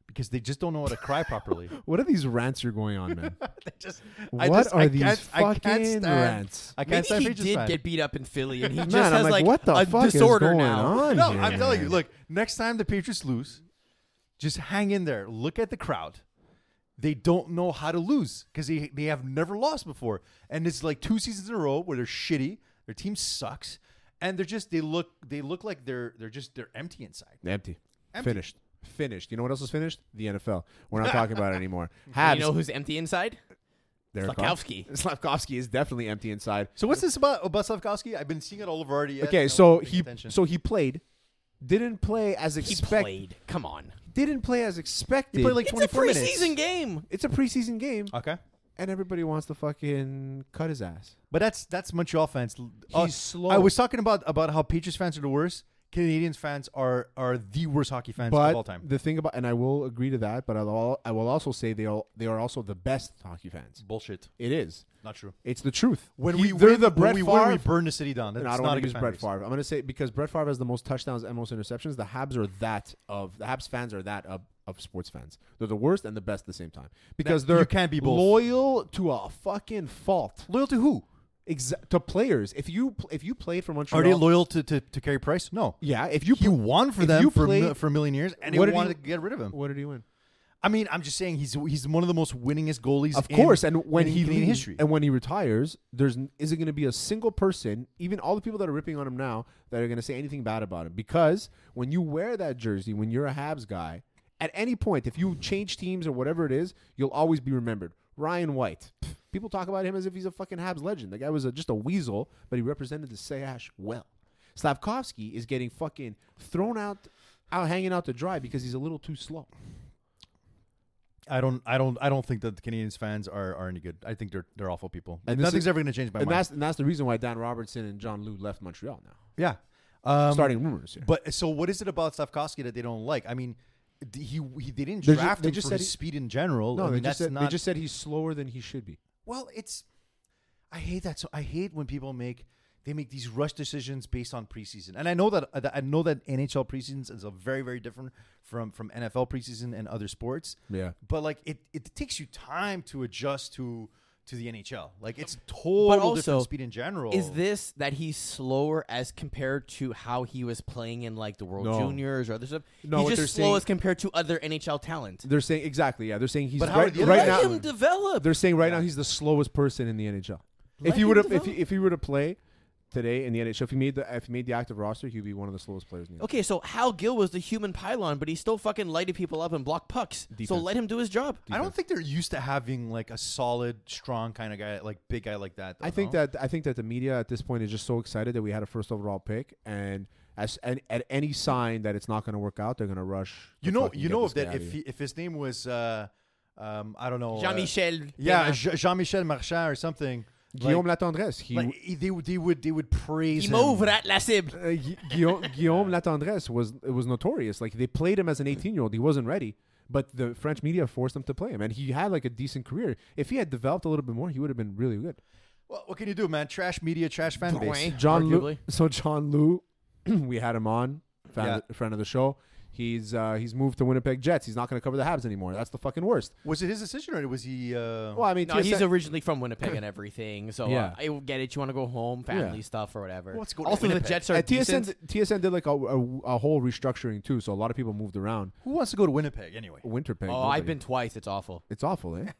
[SPEAKER 1] because they just don't know how to cry properly.
[SPEAKER 2] What are these rants you're going on, man?
[SPEAKER 1] They just, I
[SPEAKER 2] what
[SPEAKER 1] just-
[SPEAKER 2] are
[SPEAKER 1] I
[SPEAKER 2] these
[SPEAKER 1] can't- I can't
[SPEAKER 2] fucking
[SPEAKER 1] stand-
[SPEAKER 2] rants?
[SPEAKER 1] I
[SPEAKER 3] Maybe
[SPEAKER 1] can't stand
[SPEAKER 3] he
[SPEAKER 1] Patriots
[SPEAKER 3] did
[SPEAKER 1] fans.
[SPEAKER 3] get beat up in Philly, and he just
[SPEAKER 2] man,
[SPEAKER 3] has
[SPEAKER 2] I'm like,
[SPEAKER 3] like
[SPEAKER 2] what the
[SPEAKER 3] a
[SPEAKER 2] fuck
[SPEAKER 3] disorder
[SPEAKER 2] is going
[SPEAKER 3] now.
[SPEAKER 2] on?
[SPEAKER 1] No,
[SPEAKER 2] here?
[SPEAKER 1] I'm telling you. Look, next time the Patriots lose, just hang in there. Look at the crowd. They don't know how to lose because they, they have never lost before, and it's like two seasons in a row where they're shitty. Their team sucks, and they're just they look they look like they're they're just they're empty inside.
[SPEAKER 2] empty.
[SPEAKER 1] Empty.
[SPEAKER 2] finished, finished. You know what else is finished? The NFL. We're not talking about it anymore. Habs.
[SPEAKER 3] You know who's empty inside?
[SPEAKER 2] Derek Carr.
[SPEAKER 3] Slavkovsky.
[SPEAKER 2] Slavkovsky is definitely empty inside.
[SPEAKER 1] So what's this about about Slavkovsky? I've been seeing it all over already.
[SPEAKER 2] Okay, so he so he played, didn't play as
[SPEAKER 3] He
[SPEAKER 2] expected.
[SPEAKER 3] played. Come on.
[SPEAKER 2] Didn't play as expected.
[SPEAKER 1] he played like Uh,
[SPEAKER 3] It's a
[SPEAKER 1] 24 minutes.
[SPEAKER 3] preseason game.
[SPEAKER 2] it's a preseason game,
[SPEAKER 1] Okay,
[SPEAKER 2] and everybody wants to fucking cut his ass.
[SPEAKER 1] but that's that's Montreal fans. He's
[SPEAKER 2] slow.
[SPEAKER 1] uh, I was talking about about how Patriots fans are the worst. Canadians fans are are the worst hockey fans
[SPEAKER 2] but
[SPEAKER 1] of all time.
[SPEAKER 2] the thing about, and I will agree to that, but I'll, al- I will also say they all, they are also the best hockey fans.
[SPEAKER 1] Bullshit.
[SPEAKER 2] It is.
[SPEAKER 1] Not true.
[SPEAKER 2] It's the truth.
[SPEAKER 1] When
[SPEAKER 2] He-
[SPEAKER 1] we
[SPEAKER 2] they're
[SPEAKER 1] win,
[SPEAKER 2] the
[SPEAKER 1] when
[SPEAKER 2] Brett
[SPEAKER 1] we win,
[SPEAKER 2] Favre.
[SPEAKER 1] we burn the city down. That's
[SPEAKER 2] and I don't
[SPEAKER 1] not
[SPEAKER 2] want
[SPEAKER 1] a
[SPEAKER 2] to use
[SPEAKER 1] good
[SPEAKER 2] Brett
[SPEAKER 1] fan base.
[SPEAKER 2] Favre. I'm going to say because Brett Favre has the most touchdowns and most interceptions. The Habs are that of the Habs fans are that of, of sports fans. They're the worst and the best at the same time because
[SPEAKER 1] Now,
[SPEAKER 2] they're
[SPEAKER 1] you can't be both.
[SPEAKER 2] loyal to a fucking fault.
[SPEAKER 1] Loyal to who?
[SPEAKER 2] Exa- to players. If you pl- if you played for Montreal,
[SPEAKER 1] Are they loyal to to, to Carey Price? No.
[SPEAKER 2] Yeah, if you
[SPEAKER 1] He
[SPEAKER 2] pl-
[SPEAKER 1] won for
[SPEAKER 2] if
[SPEAKER 1] them
[SPEAKER 2] you
[SPEAKER 1] for,
[SPEAKER 2] played-
[SPEAKER 1] mil- for a million years, and they
[SPEAKER 2] What did he-
[SPEAKER 1] wanted to get rid of him.
[SPEAKER 2] What did he win?
[SPEAKER 1] I mean, I'm just saying he's he's one of the most winningest goalies.
[SPEAKER 2] Of
[SPEAKER 1] in-
[SPEAKER 2] course, and when
[SPEAKER 1] in
[SPEAKER 2] he
[SPEAKER 1] Canadian
[SPEAKER 2] leaves,
[SPEAKER 1] history,
[SPEAKER 2] and when he retires, there's n- isn't going to be a single person, even all the people that are ripping on him now, that are going to say anything bad about him because when you wear that jersey, when you're a Habs guy, at any point, if you change teams or whatever it is, you'll always be remembered. Ryan White, Pff, people talk about him as if he's a fucking Habs legend. The guy was a, just a weasel, but he represented the Sayash well. Slavkovsky is getting fucking thrown out, out hanging out to dry because he's a little too slow.
[SPEAKER 1] I don't, I don't, I don't think that the Canadians fans are are any good. I think they're they're awful people.
[SPEAKER 2] And this
[SPEAKER 1] Nothing's
[SPEAKER 2] is-
[SPEAKER 1] ever going to change my
[SPEAKER 2] and
[SPEAKER 1] mind.
[SPEAKER 2] that's and that's the reason why Dan Robertson and John Lou left Montreal now.
[SPEAKER 1] yeah, um,
[SPEAKER 2] Starting rumors here.
[SPEAKER 1] But so, what is it about Slavkovsky that they don't like? I mean, d- he, he they didn't
[SPEAKER 2] They ju-
[SPEAKER 1] draft
[SPEAKER 2] they
[SPEAKER 1] him
[SPEAKER 2] just
[SPEAKER 1] for
[SPEAKER 2] said
[SPEAKER 1] his
[SPEAKER 2] he-
[SPEAKER 1] speed in general. I
[SPEAKER 2] no,
[SPEAKER 1] mean,
[SPEAKER 2] they, just
[SPEAKER 1] that's
[SPEAKER 2] said,
[SPEAKER 1] not
[SPEAKER 2] they just said he's slower than he should be.
[SPEAKER 1] Well, it's I hate that. So I hate when people make they make these rush decisions based on preseason. And I know that uh, that- I know that NHL preseasons is a very very different from from NFL preseason and other sports.
[SPEAKER 2] Yeah.
[SPEAKER 1] But like it it takes you time to adjust to to the NHL. Like it's total
[SPEAKER 3] also,
[SPEAKER 1] different speed in general.
[SPEAKER 3] Is this that he's slower as compared to how he was playing in like the World
[SPEAKER 2] No.
[SPEAKER 3] Juniors or other stuff?
[SPEAKER 2] No, what
[SPEAKER 3] he's
[SPEAKER 2] they're
[SPEAKER 3] just slow
[SPEAKER 2] saying-
[SPEAKER 3] as compared to other NHL talent.
[SPEAKER 2] They're saying exactly, yeah. They're saying he's
[SPEAKER 1] But how
[SPEAKER 2] right,
[SPEAKER 1] are the other
[SPEAKER 2] right
[SPEAKER 3] Let
[SPEAKER 1] guys
[SPEAKER 2] now.
[SPEAKER 3] him develop.
[SPEAKER 2] They're saying right now he's the slowest person in the NHL.
[SPEAKER 3] Let
[SPEAKER 2] if he
[SPEAKER 3] him
[SPEAKER 2] would have, if
[SPEAKER 3] develop.
[SPEAKER 2] he, if he were to play today in the NHL. If he made the if he made the active roster, he'd be one of the slowest players in the
[SPEAKER 3] Okay, so Hal Gill was the human pylon, but he still fucking lighted people up and blocked pucks. So
[SPEAKER 2] Defense.
[SPEAKER 3] let him do his job.
[SPEAKER 1] I don't think they're used to having like a solid, strong kind of guy, like big guy like that. Though,
[SPEAKER 2] I think
[SPEAKER 1] no?
[SPEAKER 2] that I think that the media at this point is just so excited that we had a first overall pick, and as and at any sign that it's not going to work out, they're going to rush. to
[SPEAKER 1] you know,
[SPEAKER 2] fucking
[SPEAKER 1] you
[SPEAKER 2] get
[SPEAKER 1] know
[SPEAKER 2] this guy
[SPEAKER 1] that
[SPEAKER 2] out of
[SPEAKER 1] if
[SPEAKER 2] here.
[SPEAKER 1] he, if his name was, uh, um, I don't know, uh,
[SPEAKER 3] Jean Michel.
[SPEAKER 1] yeah, Jean Michel Marchand or something.
[SPEAKER 2] Guillaume Latendresse, he
[SPEAKER 1] like, like, he- they would they would they would praise
[SPEAKER 3] Qui
[SPEAKER 1] him.
[SPEAKER 3] m'ouvre la cible.
[SPEAKER 2] uh, Gu- Guillaume, Guillaume Latendresse was it was notorious. Like they played him as an 18 year old. He wasn't ready, but the French media forced him to play him, and he had like a decent career. If he had developed a little bit more, he would have been really good.
[SPEAKER 1] Well, what can you do, man? Trash media, trash fan base.
[SPEAKER 3] Point.
[SPEAKER 2] John Lu,
[SPEAKER 3] Arguably.
[SPEAKER 2] so John Lu, we had him on, fan
[SPEAKER 1] Yeah.
[SPEAKER 2] friend of the show. He's uh, he's moved to Winnipeg Jets. He's not going to cover the Habs anymore. That's the fucking worst.
[SPEAKER 1] Was it his decision or was he? Uh,
[SPEAKER 2] Well, I mean,
[SPEAKER 3] No,
[SPEAKER 2] TSN
[SPEAKER 3] he's originally from Winnipeg and everything, so
[SPEAKER 2] Yeah.
[SPEAKER 3] uh, I get it. You want to go home, family
[SPEAKER 2] Yeah.
[SPEAKER 3] stuff or whatever.
[SPEAKER 1] Let's go to
[SPEAKER 3] also, the
[SPEAKER 1] Winnipeg.
[SPEAKER 3] Jets are
[SPEAKER 2] Uh,
[SPEAKER 3] decent.
[SPEAKER 2] TSN TSN did like a, a, a whole restructuring too, so a lot of people moved around.
[SPEAKER 1] who wants to go to Winnipeg anyway?
[SPEAKER 2] Winnipeg.
[SPEAKER 3] Oh, I've been twice. It's awful.
[SPEAKER 2] It's awful, eh?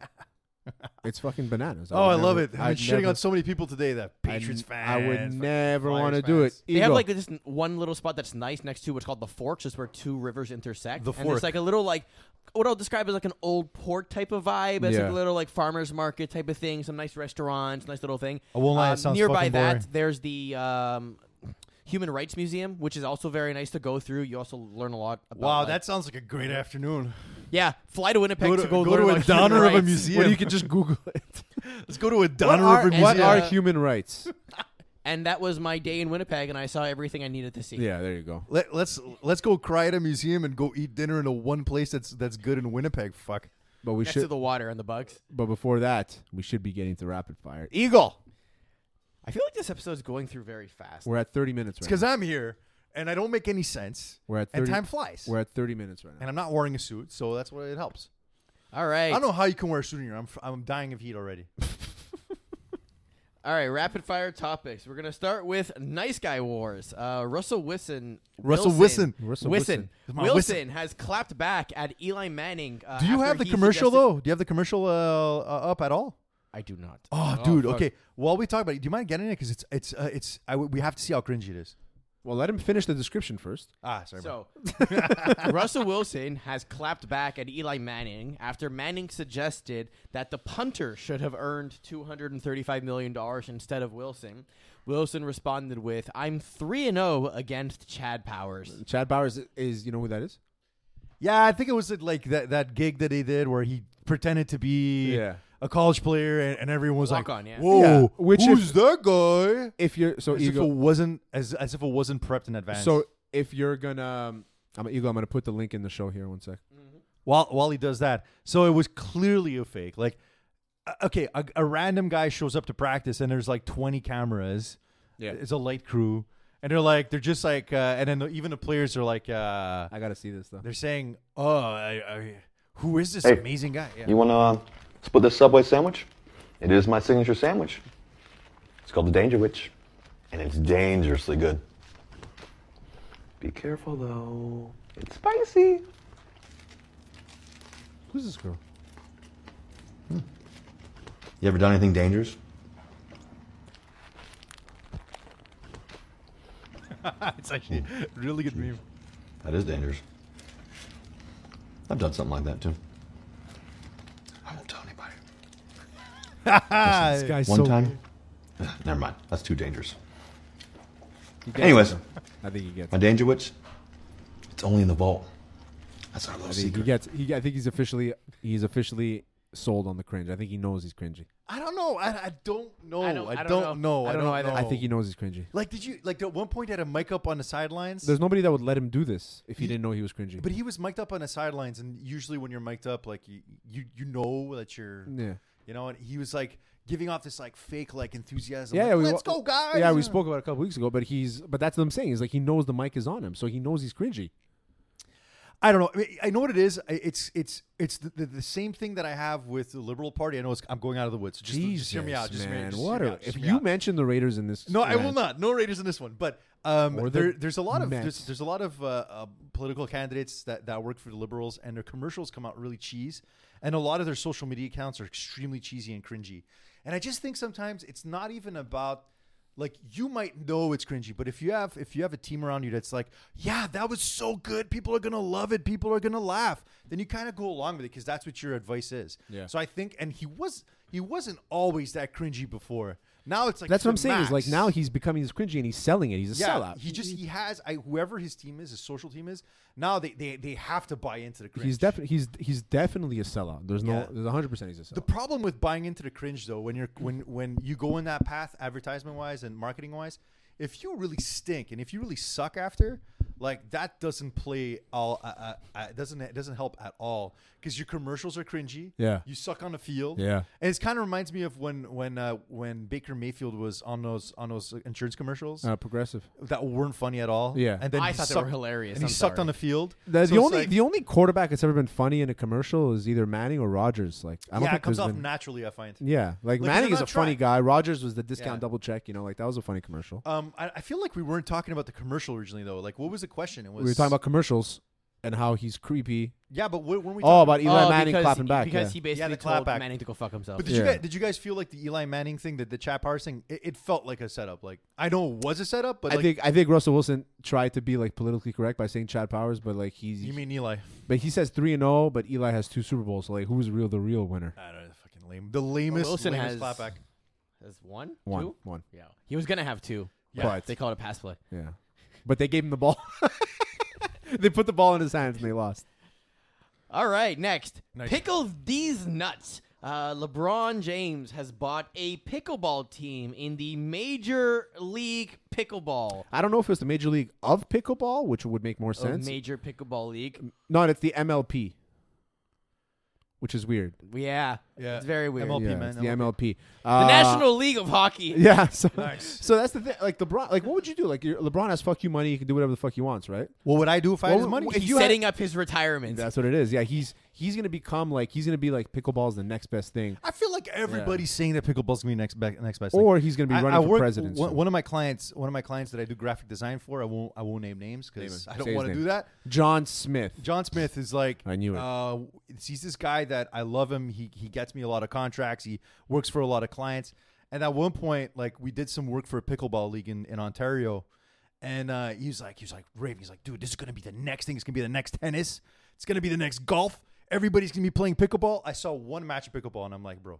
[SPEAKER 2] it's fucking bananas.
[SPEAKER 1] Oh, I
[SPEAKER 2] would
[SPEAKER 1] love
[SPEAKER 2] never-
[SPEAKER 1] it. I'm
[SPEAKER 2] I'd
[SPEAKER 1] shitting
[SPEAKER 2] never-
[SPEAKER 1] on so many people today that
[SPEAKER 2] I
[SPEAKER 1] Patriots
[SPEAKER 2] n-
[SPEAKER 1] fans.
[SPEAKER 2] I would
[SPEAKER 1] fucking
[SPEAKER 2] never
[SPEAKER 1] Flyers
[SPEAKER 2] want to
[SPEAKER 1] fans.
[SPEAKER 2] do it.
[SPEAKER 3] They have
[SPEAKER 2] Eagle.
[SPEAKER 3] like this n- one little spot that's nice next to what's called the Forks, just where two rivers intersect.
[SPEAKER 1] The
[SPEAKER 3] and
[SPEAKER 1] Fork.
[SPEAKER 3] it's like a little like what I'll describe as like an old port type of vibe. It's
[SPEAKER 2] Yeah.
[SPEAKER 3] like a little like farmers market type of thing. Some nice restaurants, nice little thing.
[SPEAKER 1] I won't lie, it
[SPEAKER 3] Um,
[SPEAKER 1] sounds
[SPEAKER 3] nearby
[SPEAKER 1] fucking boring.
[SPEAKER 3] that there's the um, Human Rights Museum, which is also very nice to go through. You also learn a lot. About,
[SPEAKER 1] Wow,
[SPEAKER 3] like-
[SPEAKER 1] that sounds like a great afternoon.
[SPEAKER 3] yeah. Fly to Winnipeg
[SPEAKER 1] Go
[SPEAKER 3] to,
[SPEAKER 1] to-
[SPEAKER 3] go,
[SPEAKER 1] go
[SPEAKER 3] learn
[SPEAKER 1] to a
[SPEAKER 3] about human
[SPEAKER 1] downer of a
[SPEAKER 3] rights.
[SPEAKER 1] museum.
[SPEAKER 2] Well, you could just Google it.
[SPEAKER 1] Let's go to a
[SPEAKER 2] what
[SPEAKER 1] Donner
[SPEAKER 2] are,
[SPEAKER 1] River
[SPEAKER 2] what
[SPEAKER 1] Museum.
[SPEAKER 2] are human rights?
[SPEAKER 3] And that was my day in Winnipeg, and I saw everything I needed to see.
[SPEAKER 2] yeah, there you go.
[SPEAKER 1] Let, let's let's go cry at a museum and go eat dinner in a one place that's that's good in Winnipeg. Fuck.
[SPEAKER 2] But we
[SPEAKER 3] Next to
[SPEAKER 2] should.
[SPEAKER 3] the water and the bugs.
[SPEAKER 2] but before that, we should be getting to rapid fire.
[SPEAKER 1] Eagle.
[SPEAKER 3] I feel like this episode's going through very fast.
[SPEAKER 2] We're at 30 minutes
[SPEAKER 1] It's
[SPEAKER 2] right. Now.
[SPEAKER 1] because I'm here and I don't make any sense.
[SPEAKER 2] We're at 30,
[SPEAKER 1] and time flies.
[SPEAKER 2] We're at 30 minutes right now.
[SPEAKER 1] and I'm not wearing a suit, so that's what it helps.
[SPEAKER 3] All right.
[SPEAKER 1] I don't know how you can wear a suit in here. I'm f- I'm dying of heat already.
[SPEAKER 3] All right, rapid fire topics. We're gonna start with nice guy wars. Uh, Russell Wilson.
[SPEAKER 1] Russell Wilson.
[SPEAKER 3] Wilson.
[SPEAKER 2] Russell
[SPEAKER 3] Wilson.
[SPEAKER 1] Come on,
[SPEAKER 3] Wilson
[SPEAKER 1] Wilson.
[SPEAKER 3] has clapped back at Eli Manning. Uh,
[SPEAKER 1] Do you
[SPEAKER 3] after
[SPEAKER 1] have the
[SPEAKER 3] he
[SPEAKER 1] commercial
[SPEAKER 3] suggested-
[SPEAKER 1] though? Do you have the commercial uh, uh, up at all?
[SPEAKER 3] I do not.
[SPEAKER 1] Oh,
[SPEAKER 2] Oh,
[SPEAKER 1] dude.
[SPEAKER 2] fuck.
[SPEAKER 1] Okay. While we talk about it, do you mind getting it? Because it's it's uh, it's I w- we have to see how cringy it is.
[SPEAKER 2] Well, let him finish the description first.
[SPEAKER 1] Ah, sorry. man.
[SPEAKER 3] So, Russell Wilson has clapped back at Eli Manning after Manning suggested that the punter should have earned $235 million instead of Wilson. Wilson responded with, I'm 3 and 0 against Chad Powers.
[SPEAKER 2] Chad Bowers is, you know who that is?
[SPEAKER 1] yeah, I think it was at, like that that gig that he did where he pretended to be
[SPEAKER 2] Yeah.
[SPEAKER 1] a college player and, and everyone was like,
[SPEAKER 3] Walk-on, yeah.
[SPEAKER 1] "Whoa,
[SPEAKER 2] Yeah, which
[SPEAKER 1] who's
[SPEAKER 2] if-
[SPEAKER 1] that guy?"
[SPEAKER 2] If you're so
[SPEAKER 1] As
[SPEAKER 2] Eagle,
[SPEAKER 1] if it wasn't as as if it wasn't prepped in advance.
[SPEAKER 2] So if you're gonna, um, I'm an eagle. I'm gonna put the link in the show here. One sec.
[SPEAKER 1] while while he does that. So it was clearly a fake. Like, uh, okay, a, a random guy shows up to practice, and there's like 20 cameras.
[SPEAKER 2] Yeah.
[SPEAKER 1] it's a light crew, and they're like, they're just like, uh, and then even the players are like, uh,
[SPEAKER 2] I gotta see this though.
[SPEAKER 1] they're saying, oh, I, I, who is this
[SPEAKER 5] Hey.
[SPEAKER 1] amazing guy? Yeah.
[SPEAKER 5] You want to uh, split this Subway sandwich? It is my signature sandwich. It's called the Danger Witch, and it's dangerously good. Be careful though, it's spicy.
[SPEAKER 2] Who's this girl?
[SPEAKER 5] Hmm. You ever done anything dangerous?
[SPEAKER 1] it's actually really good meme.
[SPEAKER 5] That is dangerous. I've done something like that too. I won't tell anybody.
[SPEAKER 2] This guy's
[SPEAKER 5] One
[SPEAKER 2] so.
[SPEAKER 5] time? Ugh, Never mind. That's too dangerous.
[SPEAKER 2] He gets
[SPEAKER 5] Anyways,
[SPEAKER 2] it, though. I think he gets.
[SPEAKER 5] my
[SPEAKER 2] It.
[SPEAKER 5] Danger Witch, it's only in the vault. That's our little
[SPEAKER 2] I think he
[SPEAKER 5] secret.
[SPEAKER 2] gets. He, I think he's officially. He's officially sold on the cringe. I think he knows he's cringy.
[SPEAKER 1] I don't know. I, I don't know.
[SPEAKER 3] I don't- I don't know.
[SPEAKER 1] know.
[SPEAKER 3] I don't know either.
[SPEAKER 2] I think he
[SPEAKER 1] Oh.
[SPEAKER 2] knows he's cringy.
[SPEAKER 1] Like, did you like at one point he had a mic up on the sidelines?
[SPEAKER 2] There's nobody that would let him do this if he didn't know he was cringy.
[SPEAKER 1] but he was mic'd up on the sidelines, and usually when you're mic'd up, like you, you, you know that you're
[SPEAKER 2] yeah.
[SPEAKER 1] You know, and he was like giving off this like fake like enthusiasm.
[SPEAKER 2] Yeah,
[SPEAKER 1] like,
[SPEAKER 2] yeah,
[SPEAKER 1] let's go, guys.
[SPEAKER 2] Yeah, we spoke about it a couple weeks ago, but he's but that's what I'm saying. Is like he knows the mic is on him, so he knows he's cringy.
[SPEAKER 1] I don't know. I, mean, I know what it is. I- It's it's it's the, the, the same thing that I have with the Liberal Party. I know it's, I'm going out of the woods. Just, just hear me out. Just hear me-
[SPEAKER 2] man,
[SPEAKER 1] just hear
[SPEAKER 2] what
[SPEAKER 1] me
[SPEAKER 2] a-
[SPEAKER 1] out, just
[SPEAKER 2] if
[SPEAKER 1] hear me
[SPEAKER 2] you
[SPEAKER 1] out.
[SPEAKER 2] mention the Raiders in this?
[SPEAKER 1] No, I will
[SPEAKER 2] match-
[SPEAKER 1] not. No Raiders in this one. But um,
[SPEAKER 2] Or the
[SPEAKER 1] there, there's a lot of
[SPEAKER 2] Mets.
[SPEAKER 1] there's, there's a lot of uh, uh, political candidates that, that work for the liberals, and their commercials come out really cheese, and a lot of their social media accounts are extremely cheesy and cringy. And I just think sometimes it's not even about like you might know it's cringy, but if you have if you have a team around you that's like, yeah, that was so good, people are gonna love it, people are gonna laugh, then you kind of go along with it because that's what your advice is.
[SPEAKER 2] Yeah.
[SPEAKER 1] So I think, and he was he wasn't always that cringy before. Now it's like
[SPEAKER 2] That's
[SPEAKER 1] to
[SPEAKER 2] what
[SPEAKER 1] the
[SPEAKER 2] I'm saying. Is like
[SPEAKER 1] max.
[SPEAKER 2] now he's becoming this cringy and he's selling it. He's a
[SPEAKER 1] Yeah,
[SPEAKER 2] sellout.
[SPEAKER 1] he just he has I whoever his team is, his social team is. Now they they, they have to buy into the cringe.
[SPEAKER 2] he's definitely he's he's definitely a sellout. There's no
[SPEAKER 1] Yeah.
[SPEAKER 2] there's 100 percent he's a sellout.
[SPEAKER 1] The problem with buying into the cringe though, when you're when when you go in that path advertisement wise and marketing wise, if you really stink and if you really suck after, like that doesn't play all uh, uh, uh, doesn't it doesn't help at all because your commercials are cringy.
[SPEAKER 2] Yeah.
[SPEAKER 1] you suck on the field.
[SPEAKER 2] Yeah.
[SPEAKER 1] and it kind of reminds me of when when uh, when Baker Mayfield was on those on those insurance commercials
[SPEAKER 2] uh, progressive.
[SPEAKER 1] that weren't funny at all.
[SPEAKER 2] Yeah.
[SPEAKER 1] and then
[SPEAKER 3] I
[SPEAKER 1] he
[SPEAKER 3] thought they were
[SPEAKER 1] sucked,
[SPEAKER 3] hilarious,
[SPEAKER 1] And he
[SPEAKER 3] I'm
[SPEAKER 1] sucked
[SPEAKER 3] sorry.
[SPEAKER 1] on the field.
[SPEAKER 2] The,
[SPEAKER 1] So
[SPEAKER 2] the
[SPEAKER 1] it's
[SPEAKER 2] only
[SPEAKER 1] like-
[SPEAKER 2] the only quarterback that's ever been funny in a commercial is either Manning or Rogers. Like I don't
[SPEAKER 1] yeah, it
[SPEAKER 2] think
[SPEAKER 1] comes
[SPEAKER 2] there's
[SPEAKER 1] off
[SPEAKER 2] been-
[SPEAKER 1] naturally. I find.
[SPEAKER 2] Yeah,
[SPEAKER 1] Like,
[SPEAKER 2] like, Manning
[SPEAKER 1] they're
[SPEAKER 2] is a
[SPEAKER 1] not
[SPEAKER 2] funny
[SPEAKER 1] trying.
[SPEAKER 2] guy. Rogers was the discount
[SPEAKER 1] Yeah.
[SPEAKER 2] double check. You know, like that was a funny commercial.
[SPEAKER 1] Um, I, I feel like we weren't talking about the commercial originally, though. Like, what was the question? It was
[SPEAKER 2] we were talking about commercials and how he's creepy.
[SPEAKER 1] yeah, but what, when we
[SPEAKER 2] Oh,
[SPEAKER 1] talking
[SPEAKER 2] about Eli
[SPEAKER 3] Oh,
[SPEAKER 2] Manning
[SPEAKER 3] because-
[SPEAKER 2] clapping back.
[SPEAKER 3] because
[SPEAKER 2] yeah.
[SPEAKER 3] he basically
[SPEAKER 1] Yeah, the
[SPEAKER 3] told
[SPEAKER 1] clapback.
[SPEAKER 3] Manning to go fuck himself.
[SPEAKER 1] But did you
[SPEAKER 2] Yeah.
[SPEAKER 1] guys did you guys feel like the Eli Manning thing, the the Chap Harris thing? It, it felt like a setup. Like I know it was a setup, but
[SPEAKER 2] I
[SPEAKER 1] like,
[SPEAKER 2] think I think Russell Wilson tried to be like politically correct by saying Chad Powers, but like he's
[SPEAKER 1] you mean Eli?
[SPEAKER 2] but he says three and zero, but Eli has two Super Bowls. So like, who's real the real winner?
[SPEAKER 1] I don't know, fucking lame. The lamest,
[SPEAKER 3] Wilson
[SPEAKER 1] lamest
[SPEAKER 3] has-
[SPEAKER 1] clapback.
[SPEAKER 3] That's one,
[SPEAKER 2] One,
[SPEAKER 3] two?
[SPEAKER 2] one.
[SPEAKER 3] Yeah, he was gonna have two.
[SPEAKER 1] Yeah.
[SPEAKER 2] But-
[SPEAKER 3] They called it a pass play.
[SPEAKER 2] Yeah, but they gave him the ball. they put the ball in his hands and they lost.
[SPEAKER 3] All right, next.
[SPEAKER 1] Nice.
[SPEAKER 3] Pickle these nuts. Uh, LeBron James has bought a pickleball team in the Major League Pickleball.
[SPEAKER 2] I don't know if it was the Major League of Pickleball, which would make more
[SPEAKER 3] A
[SPEAKER 2] sense.
[SPEAKER 3] major pickleball league.
[SPEAKER 2] no, it's the MLP, which is weird.
[SPEAKER 3] Yeah.
[SPEAKER 1] Yeah.
[SPEAKER 3] It's very weird.
[SPEAKER 1] MLP.
[SPEAKER 2] yeah,
[SPEAKER 1] man,
[SPEAKER 2] it's the
[SPEAKER 1] MLP.
[SPEAKER 2] MLP.
[SPEAKER 3] The
[SPEAKER 2] Uh,
[SPEAKER 3] National League of Hockey.
[SPEAKER 2] Yeah. So,
[SPEAKER 1] Nice.
[SPEAKER 2] so that's the thing. Like LeBron, like what would you do? Like your- LeBron has fuck you money. He can do whatever the fuck he wants, right?
[SPEAKER 1] What would I do if I had his
[SPEAKER 2] Well,
[SPEAKER 1] money?
[SPEAKER 2] w- if
[SPEAKER 3] He's
[SPEAKER 2] you had-
[SPEAKER 3] setting up his retirement.
[SPEAKER 2] That's what it is. Yeah. He's he's gonna become like he's gonna be like pickleball's the next best thing.
[SPEAKER 1] I feel like everybody's saying that pickleball's gonna be next back, next best.
[SPEAKER 2] Or
[SPEAKER 1] thing.
[SPEAKER 2] he's gonna be
[SPEAKER 1] I-
[SPEAKER 2] running
[SPEAKER 1] I
[SPEAKER 2] for
[SPEAKER 1] work-
[SPEAKER 2] president
[SPEAKER 1] One,
[SPEAKER 2] soon.
[SPEAKER 1] one of my clients, one of my clients that I do graphic design for, I won't I won't name names because
[SPEAKER 2] Name
[SPEAKER 1] I
[SPEAKER 2] it. Say
[SPEAKER 1] don't
[SPEAKER 2] his
[SPEAKER 1] want to
[SPEAKER 2] name.
[SPEAKER 1] do that.
[SPEAKER 2] John Smith.
[SPEAKER 1] John Smith is like
[SPEAKER 2] I knew it.
[SPEAKER 1] Uh, he's this guy that I love him. He he gets me a lot of contracts. He works for a lot of clients. And at one point, like we did some work for a pickleball league in, in Ontario, and uh, he was like, he was like raving. He's like, dude, this is gonna be the next thing. It's gonna be the next tennis. It's gonna be the next golf. Everybody's gonna be playing pickleball. I saw one match of pickleball, and I'm like, bro,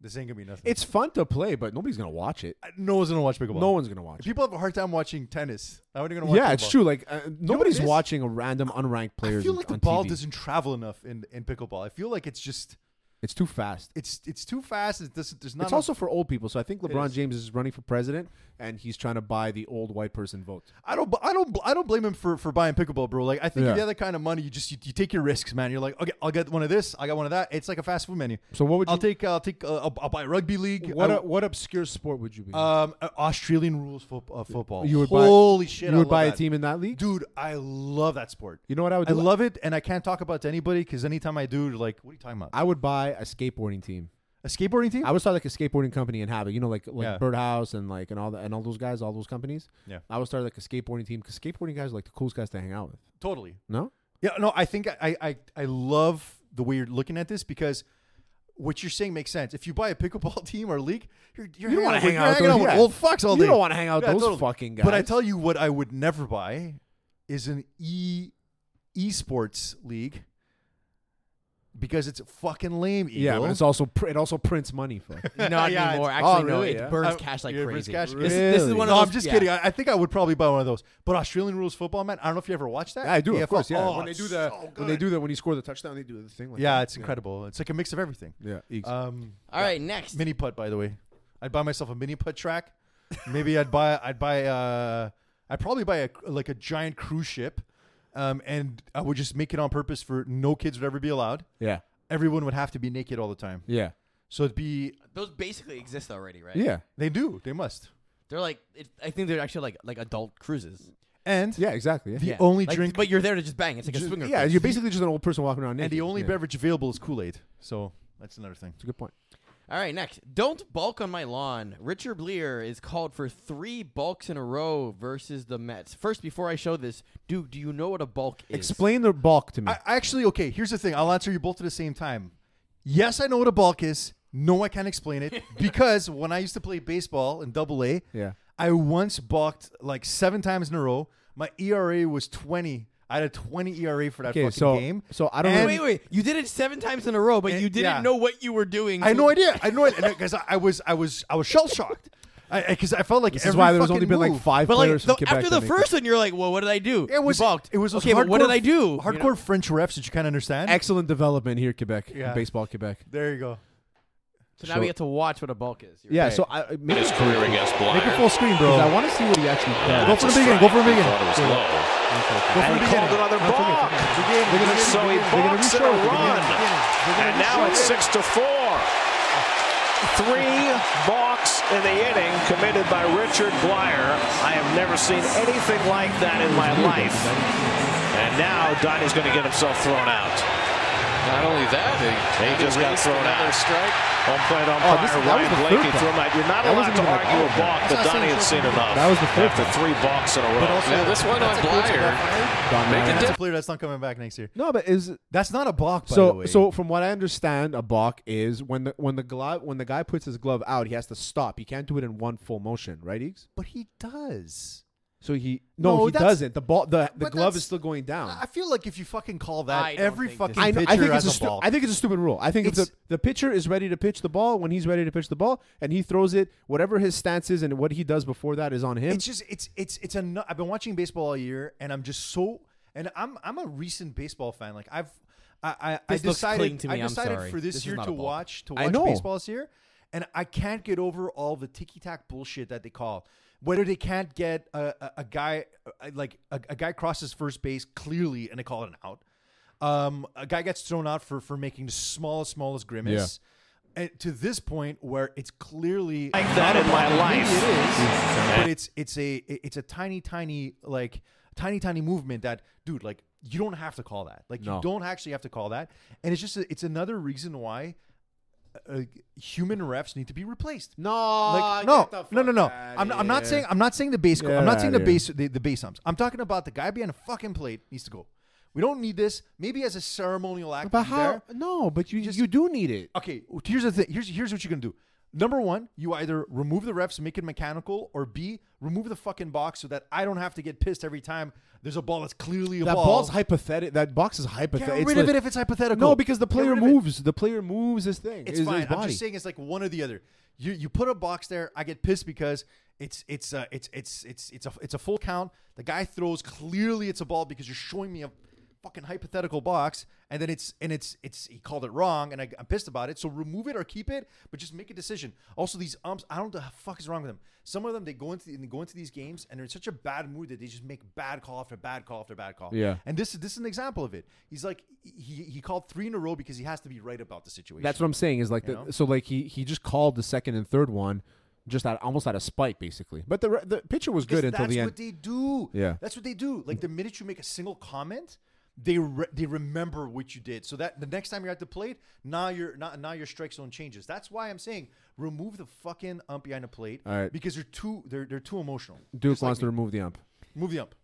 [SPEAKER 1] this ain't gonna be nothing.
[SPEAKER 2] It's fun to play, but nobody's gonna watch it.
[SPEAKER 1] no one's gonna watch pickleball.
[SPEAKER 2] No one's gonna watch it.
[SPEAKER 1] People have a hard time watching tennis. How are they gonna watch?
[SPEAKER 2] Yeah, it's
[SPEAKER 1] pickleball?
[SPEAKER 2] true. Like uh,
[SPEAKER 1] know what it
[SPEAKER 2] nobody's
[SPEAKER 1] is?
[SPEAKER 2] watching a random unranked player.
[SPEAKER 1] I feel like the
[SPEAKER 2] on
[SPEAKER 1] ball
[SPEAKER 2] TV.
[SPEAKER 1] doesn't travel enough in, in pickleball. I feel like it's just
[SPEAKER 2] It's too fast.
[SPEAKER 1] it's it's too fast. It doesn't. There's not.
[SPEAKER 2] It's
[SPEAKER 1] enough-
[SPEAKER 2] also for old people, so I think LeBron
[SPEAKER 1] is.
[SPEAKER 2] James is running for president, and he's trying to buy the old white person vote.
[SPEAKER 1] I don't. I don't. I don't blame him for for buying pickleball, bro. Like I think
[SPEAKER 2] Yeah.
[SPEAKER 1] if you have that kind of money, you just you, you take your risks, man. You're like, okay, I'll get one of this. I got one of that. It's like a fast food menu.
[SPEAKER 2] So what would you?
[SPEAKER 1] I'll take. I'll take. Uh, I'll, I'll buy rugby league.
[SPEAKER 2] what
[SPEAKER 1] I-
[SPEAKER 2] uh, what obscure sport would you be?
[SPEAKER 1] um uh, Australian rules fo- uh, football.
[SPEAKER 2] You would buy-
[SPEAKER 1] Holy shit!
[SPEAKER 2] you
[SPEAKER 1] I
[SPEAKER 2] would
[SPEAKER 1] love
[SPEAKER 2] buy a
[SPEAKER 1] that.
[SPEAKER 2] team in that league.
[SPEAKER 1] dude. I love that sport.
[SPEAKER 2] You know what I would
[SPEAKER 1] I
[SPEAKER 2] do?
[SPEAKER 1] love it, and I can't talk about it to anybody because anytime I do, they're like, what are you talking about?
[SPEAKER 2] I would buy a skateboarding team.
[SPEAKER 1] A skateboarding team?
[SPEAKER 2] I would start like a skateboarding company and have it. You know, like like
[SPEAKER 1] Yeah.
[SPEAKER 2] Birdhouse and like and all that and all those guys, all those companies.
[SPEAKER 1] Yeah.
[SPEAKER 2] I would start like a skateboarding team because skateboarding guys are like the coolest guys to hang out with.
[SPEAKER 1] totally.
[SPEAKER 2] No,
[SPEAKER 1] Yeah, no, I think I, I I love the way you're looking at this because what you're saying makes sense. If you buy a pickleball team or league, you're, you're
[SPEAKER 2] don't wanna
[SPEAKER 1] hanging
[SPEAKER 2] hang out with
[SPEAKER 1] you're hanging
[SPEAKER 2] those- yeah.
[SPEAKER 1] old fucks all
[SPEAKER 2] you
[SPEAKER 1] day.
[SPEAKER 2] don't want to hang out with
[SPEAKER 1] Yeah,
[SPEAKER 2] those
[SPEAKER 1] totally.
[SPEAKER 2] fucking guys.
[SPEAKER 1] But I tell you what, I would never buy is an e esports league because it's fucking lame.
[SPEAKER 2] yeah,
[SPEAKER 1] Eagle.
[SPEAKER 2] but it's also pr- it also prints money. Fuck.
[SPEAKER 3] Not
[SPEAKER 1] Yeah,
[SPEAKER 3] anymore.
[SPEAKER 1] it's-
[SPEAKER 2] oh,
[SPEAKER 3] Actually, no.
[SPEAKER 2] really,
[SPEAKER 3] It
[SPEAKER 2] yeah?
[SPEAKER 3] burns
[SPEAKER 1] I-
[SPEAKER 3] cash like
[SPEAKER 1] yeah, it burns
[SPEAKER 3] crazy.
[SPEAKER 1] cash.
[SPEAKER 3] This, this is
[SPEAKER 2] Really?
[SPEAKER 3] one
[SPEAKER 1] no,
[SPEAKER 3] of those.
[SPEAKER 1] I'm just
[SPEAKER 3] yeah.
[SPEAKER 1] kidding. I, I think I would probably buy one of those. But Australian rules football, man. I don't know if you ever watched that.
[SPEAKER 2] Yeah, I do, of
[SPEAKER 1] AFL.
[SPEAKER 2] course. Yeah,
[SPEAKER 1] Oh,
[SPEAKER 2] when they
[SPEAKER 1] it's
[SPEAKER 2] do the
[SPEAKER 1] so
[SPEAKER 2] when they
[SPEAKER 1] good.
[SPEAKER 2] do the when you score the touchdown, they do the thing. Like
[SPEAKER 1] yeah,
[SPEAKER 2] that.
[SPEAKER 1] it's incredible. It's like a mix of everything.
[SPEAKER 2] Yeah, ex-
[SPEAKER 1] Um,
[SPEAKER 3] All right, next.
[SPEAKER 1] mini putt by the way i'd buy myself a mini putt track maybe i'd buy i'd buy uh i'd probably buy a like a giant cruise ship um and i would just make it on purpose for no kids would ever be allowed
[SPEAKER 2] yeah,
[SPEAKER 1] everyone would have to be naked all the time
[SPEAKER 2] yeah,
[SPEAKER 1] so it'd be
[SPEAKER 3] Those basically exist already, right?
[SPEAKER 2] yeah,
[SPEAKER 1] they do they must
[SPEAKER 3] They're like, it, I think they're actually like like adult cruises.
[SPEAKER 1] and
[SPEAKER 2] yeah. Exactly. Yeah.
[SPEAKER 1] the only
[SPEAKER 3] Like,
[SPEAKER 1] drink
[SPEAKER 3] but you're there to just bang. It's like a swinger.
[SPEAKER 2] yeah,
[SPEAKER 3] cruise.
[SPEAKER 2] you're basically just an old person walking around. Naked.
[SPEAKER 1] and the only
[SPEAKER 2] yeah.
[SPEAKER 1] beverage available is kool-aid so that's another thing
[SPEAKER 2] It's a good point.
[SPEAKER 3] All right, next. Don't bulk on my lawn. Richard Bleer is called for three bulks in a row versus the Mets. First, before I show this, dude, do you know what a bulk is?
[SPEAKER 2] Explain the bulk to me.
[SPEAKER 1] I, actually okay here's the thing i'll answer you both at the same time yes i know what a bulk is No, I can't explain it because when I used to play baseball in Double A,
[SPEAKER 2] Yeah.
[SPEAKER 1] I once balked like seven times in a row. My ERA was twenty. I had a twenty ERA for that
[SPEAKER 2] Okay,
[SPEAKER 1] fucking
[SPEAKER 2] so-
[SPEAKER 1] game.
[SPEAKER 2] so I don't
[SPEAKER 1] And-
[SPEAKER 2] know-
[SPEAKER 3] wait, wait. You did it seven times in a row, but
[SPEAKER 1] Eh,
[SPEAKER 3] you didn't
[SPEAKER 1] yeah.
[SPEAKER 3] know what you were doing.
[SPEAKER 1] I had no
[SPEAKER 3] to-
[SPEAKER 1] idea. I had no idea because I, I was I was I was shell shocked. Because I, felt like
[SPEAKER 2] This is why there's only been like five
[SPEAKER 3] But like
[SPEAKER 2] players from
[SPEAKER 3] the,
[SPEAKER 2] Quebec.
[SPEAKER 3] after
[SPEAKER 2] that
[SPEAKER 3] the
[SPEAKER 2] make
[SPEAKER 3] first one, you're like, "Well, what did I do?"
[SPEAKER 1] It was
[SPEAKER 3] you balked.
[SPEAKER 1] It was those
[SPEAKER 3] okay, but what did
[SPEAKER 1] hardcore-
[SPEAKER 3] I do?
[SPEAKER 1] Hardcore French refs that you can't understand.
[SPEAKER 2] excellent development here, Quebec, in
[SPEAKER 1] Yeah.
[SPEAKER 2] baseball, Quebec.
[SPEAKER 1] there you go.
[SPEAKER 3] So now we get to watch what a bulk is. You're
[SPEAKER 2] Yeah,
[SPEAKER 3] right.
[SPEAKER 2] so I I- maybe
[SPEAKER 6] His career against
[SPEAKER 1] Make
[SPEAKER 6] Blyer.
[SPEAKER 1] it full screen, bro.
[SPEAKER 2] I want to see what he actually does.
[SPEAKER 1] go from the beginning. Go from the beginning.
[SPEAKER 6] Thought it was
[SPEAKER 1] Yeah.
[SPEAKER 6] low.
[SPEAKER 1] Go from
[SPEAKER 6] And
[SPEAKER 1] the
[SPEAKER 6] he
[SPEAKER 1] beginning.
[SPEAKER 6] called another balk. And so he balks and a run. And now it's six to four. Three balks in the inning committed by Richard Blyer. I have never seen anything like that in my life. And now Donnie's going to get himself thrown out.
[SPEAKER 7] Not only that, he,
[SPEAKER 6] He just got
[SPEAKER 7] released
[SPEAKER 6] thrown
[SPEAKER 7] another
[SPEAKER 6] out.
[SPEAKER 7] strike.
[SPEAKER 6] Home plate
[SPEAKER 2] Oh, this- that
[SPEAKER 6] umpire
[SPEAKER 2] was
[SPEAKER 6] Ryan
[SPEAKER 2] the third
[SPEAKER 6] Blakey
[SPEAKER 2] ball.
[SPEAKER 6] threw him out. You're not
[SPEAKER 2] That
[SPEAKER 6] allowed
[SPEAKER 2] wasn't
[SPEAKER 6] to
[SPEAKER 2] even a
[SPEAKER 6] argue a
[SPEAKER 2] ball.
[SPEAKER 6] balk, but Donnie had seen enough.
[SPEAKER 2] That was the third
[SPEAKER 6] After
[SPEAKER 2] ball.
[SPEAKER 6] three balks in a row.
[SPEAKER 7] Now this one on Blyer.
[SPEAKER 2] Don
[SPEAKER 1] That's
[SPEAKER 2] Mayer.
[SPEAKER 7] Make a
[SPEAKER 1] a
[SPEAKER 7] difference.
[SPEAKER 1] player that's not coming back next year.
[SPEAKER 2] No, but is
[SPEAKER 1] That's not a balk, by the
[SPEAKER 2] so
[SPEAKER 1] way.
[SPEAKER 2] so from what I understand, a balk is when the when the glove when the guy puts his glove out, he has to stop. He can't do it in one full motion, right, Eags?
[SPEAKER 1] but he does.
[SPEAKER 2] So he no,
[SPEAKER 1] No,
[SPEAKER 2] he
[SPEAKER 1] that's-
[SPEAKER 2] doesn't. The ball the, the
[SPEAKER 1] But
[SPEAKER 2] glove
[SPEAKER 1] that's-
[SPEAKER 2] is still going down.
[SPEAKER 1] I feel like if you fucking call that
[SPEAKER 3] I don't
[SPEAKER 1] every
[SPEAKER 3] think this
[SPEAKER 1] fucking
[SPEAKER 3] is-
[SPEAKER 1] pitcher
[SPEAKER 2] I think
[SPEAKER 1] has
[SPEAKER 2] it's a
[SPEAKER 1] a
[SPEAKER 2] stu-
[SPEAKER 1] balk.
[SPEAKER 2] I think it's a stupid rule. I think if the
[SPEAKER 1] It's-
[SPEAKER 2] the pitcher is ready to pitch the ball when he's ready to pitch the ball, and he throws it, whatever his stance is and what he does before that is on him.
[SPEAKER 1] It's just it's it's it's a. nu- I've been watching baseball all year, and I'm just so. And I'm I'm a recent baseball fan. Like I've I I, I
[SPEAKER 3] This looks clean
[SPEAKER 1] decided
[SPEAKER 3] to
[SPEAKER 1] I
[SPEAKER 3] me, I'm
[SPEAKER 1] decided
[SPEAKER 3] sorry.
[SPEAKER 1] for this,
[SPEAKER 3] This is
[SPEAKER 1] year
[SPEAKER 3] not
[SPEAKER 1] to
[SPEAKER 3] a ball.
[SPEAKER 1] watch to
[SPEAKER 2] I
[SPEAKER 1] watch
[SPEAKER 2] know.
[SPEAKER 1] baseball this year, and I can't get over all the ticky tack bullshit that they call. Whether they can't get a, a, a guy uh, like a, a guy crosses first base clearly and they call it an out. Um, a guy gets thrown out for for making the smallest smallest grimace. And to this point, where it's clearly
[SPEAKER 6] Like that in my
[SPEAKER 1] Maybe
[SPEAKER 6] life.
[SPEAKER 1] it is, but it's it's a it's a tiny tiny like tiny tiny movement that dude like you don't have to call that like you don't actually have to call that, and it's just a, it's another reason why uh, human refs need to be replaced.
[SPEAKER 2] no,
[SPEAKER 1] Like, no,
[SPEAKER 2] oh, get
[SPEAKER 1] no,
[SPEAKER 2] the
[SPEAKER 1] no,
[SPEAKER 2] fuck
[SPEAKER 1] no.
[SPEAKER 2] outta
[SPEAKER 1] I'm not, I'm not
[SPEAKER 2] here.
[SPEAKER 1] saying I'm not saying the base.
[SPEAKER 2] Get
[SPEAKER 1] I'm not
[SPEAKER 2] outta
[SPEAKER 1] saying the
[SPEAKER 2] here.
[SPEAKER 1] base the, the base umps. I'm talking about the guy behind a fucking plate needs to go. We don't need this. Maybe as a ceremonial act.
[SPEAKER 2] But
[SPEAKER 1] he's
[SPEAKER 2] how?
[SPEAKER 1] there.
[SPEAKER 2] No, but you you do need it.
[SPEAKER 1] Okay, here's the thing. Here's here's what you can do. Number one, you either remove the refs, make it mechanical, or B, remove the fucking box so that I don't have to get pissed every time there's a ball that's clearly a
[SPEAKER 2] That
[SPEAKER 1] ball.
[SPEAKER 2] ball's hypothetical. That box is
[SPEAKER 1] Get
[SPEAKER 2] hypothetical.
[SPEAKER 1] rid of it if it's hypothetical.
[SPEAKER 2] No, because the
[SPEAKER 1] Get
[SPEAKER 2] player
[SPEAKER 1] rid of it.
[SPEAKER 2] moves. The player moves his thing.
[SPEAKER 1] It's
[SPEAKER 2] his,
[SPEAKER 1] fine.
[SPEAKER 2] His body.
[SPEAKER 1] I'm just saying it's like one or the other. You you put a box there, I get pissed because it's it's uh, it's it's it's it's a it's a full count. The guy throws clearly it's a ball because you're showing me a fucking hypothetical box, and then it's and it's it's he called it wrong, and I, I'm pissed about it. So remove it or keep it, but just make a decision. Also, these umps, I don't know the fuck is wrong with them. Some of them they go into they go into these games and they're in such a bad mood that they just make bad call after bad call after bad call.
[SPEAKER 2] Yeah.
[SPEAKER 1] and this is this is an example of it. He's like he he called three in a row because he has to be right about the situation.
[SPEAKER 2] That's what I'm saying. Is like the, so. Like he he just called the second and third one, just out almost out of spite, basically. But the re- the pitcher was good
[SPEAKER 1] Because
[SPEAKER 2] until
[SPEAKER 1] that's
[SPEAKER 2] the end.
[SPEAKER 1] what they do.
[SPEAKER 2] Yeah.
[SPEAKER 1] that's what they do. Like the minute you make a single comment, they re- they remember what you did. So that the next time you're at the plate, now your now, now your strike zone changes. That's why I'm saying remove the fucking ump behind the plate
[SPEAKER 2] All right.
[SPEAKER 1] because they're too they're they're too emotional.
[SPEAKER 2] Duke wants to remove the ump.
[SPEAKER 1] Move the ump.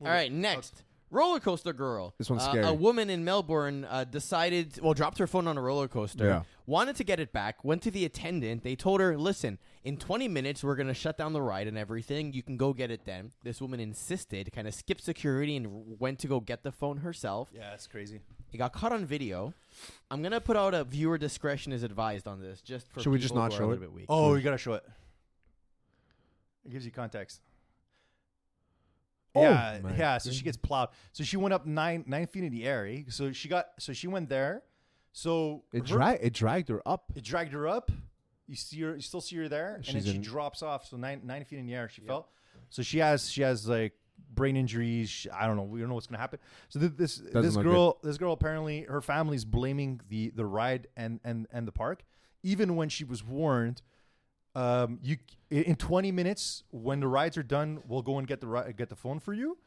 [SPEAKER 3] All right, next. Roller coaster girl.
[SPEAKER 2] This one's
[SPEAKER 3] Uh,
[SPEAKER 2] scary.
[SPEAKER 3] A woman in Melbourne uh, decided, well, dropped her phone on a roller coaster.
[SPEAKER 2] Yeah.
[SPEAKER 3] Wanted to get it back. Went to the attendant. They told her, "Listen, in 20 minutes we're gonna shut down the ride and everything. You can go get it then." This woman insisted, kind of skipped security and went to go get the phone herself.
[SPEAKER 1] Yeah, that's crazy.
[SPEAKER 3] It got caught on video. I'm gonna put out a viewer discretion is advised on this, just for
[SPEAKER 2] Should we just
[SPEAKER 3] people
[SPEAKER 2] not
[SPEAKER 3] who are
[SPEAKER 2] show
[SPEAKER 3] a
[SPEAKER 2] it?
[SPEAKER 3] little bit weak.
[SPEAKER 1] Oh, you gotta show it. It gives you context.
[SPEAKER 2] Oh,
[SPEAKER 1] yeah,
[SPEAKER 2] my
[SPEAKER 1] yeah. So she gets plowed. So she went up nine nine feet in the air. eh? So she got so she went there. So
[SPEAKER 2] It
[SPEAKER 1] her-
[SPEAKER 2] dra- it dragged her up.
[SPEAKER 1] It dragged her up. You see her. You still see her there, and then
[SPEAKER 2] She's
[SPEAKER 1] she
[SPEAKER 2] in-
[SPEAKER 1] drops off. So nine nine feet in the air, she fell. So she has she has like brain injuries. She- I don't know. We don't know what's gonna happen. So th- this this
[SPEAKER 2] look
[SPEAKER 1] girl this girl apparently her family's blaming the the ride and and and the park, even when she was warned. Um, you i- in 20 minutes when the rides are done, we'll go and get the ri- get the phone for you.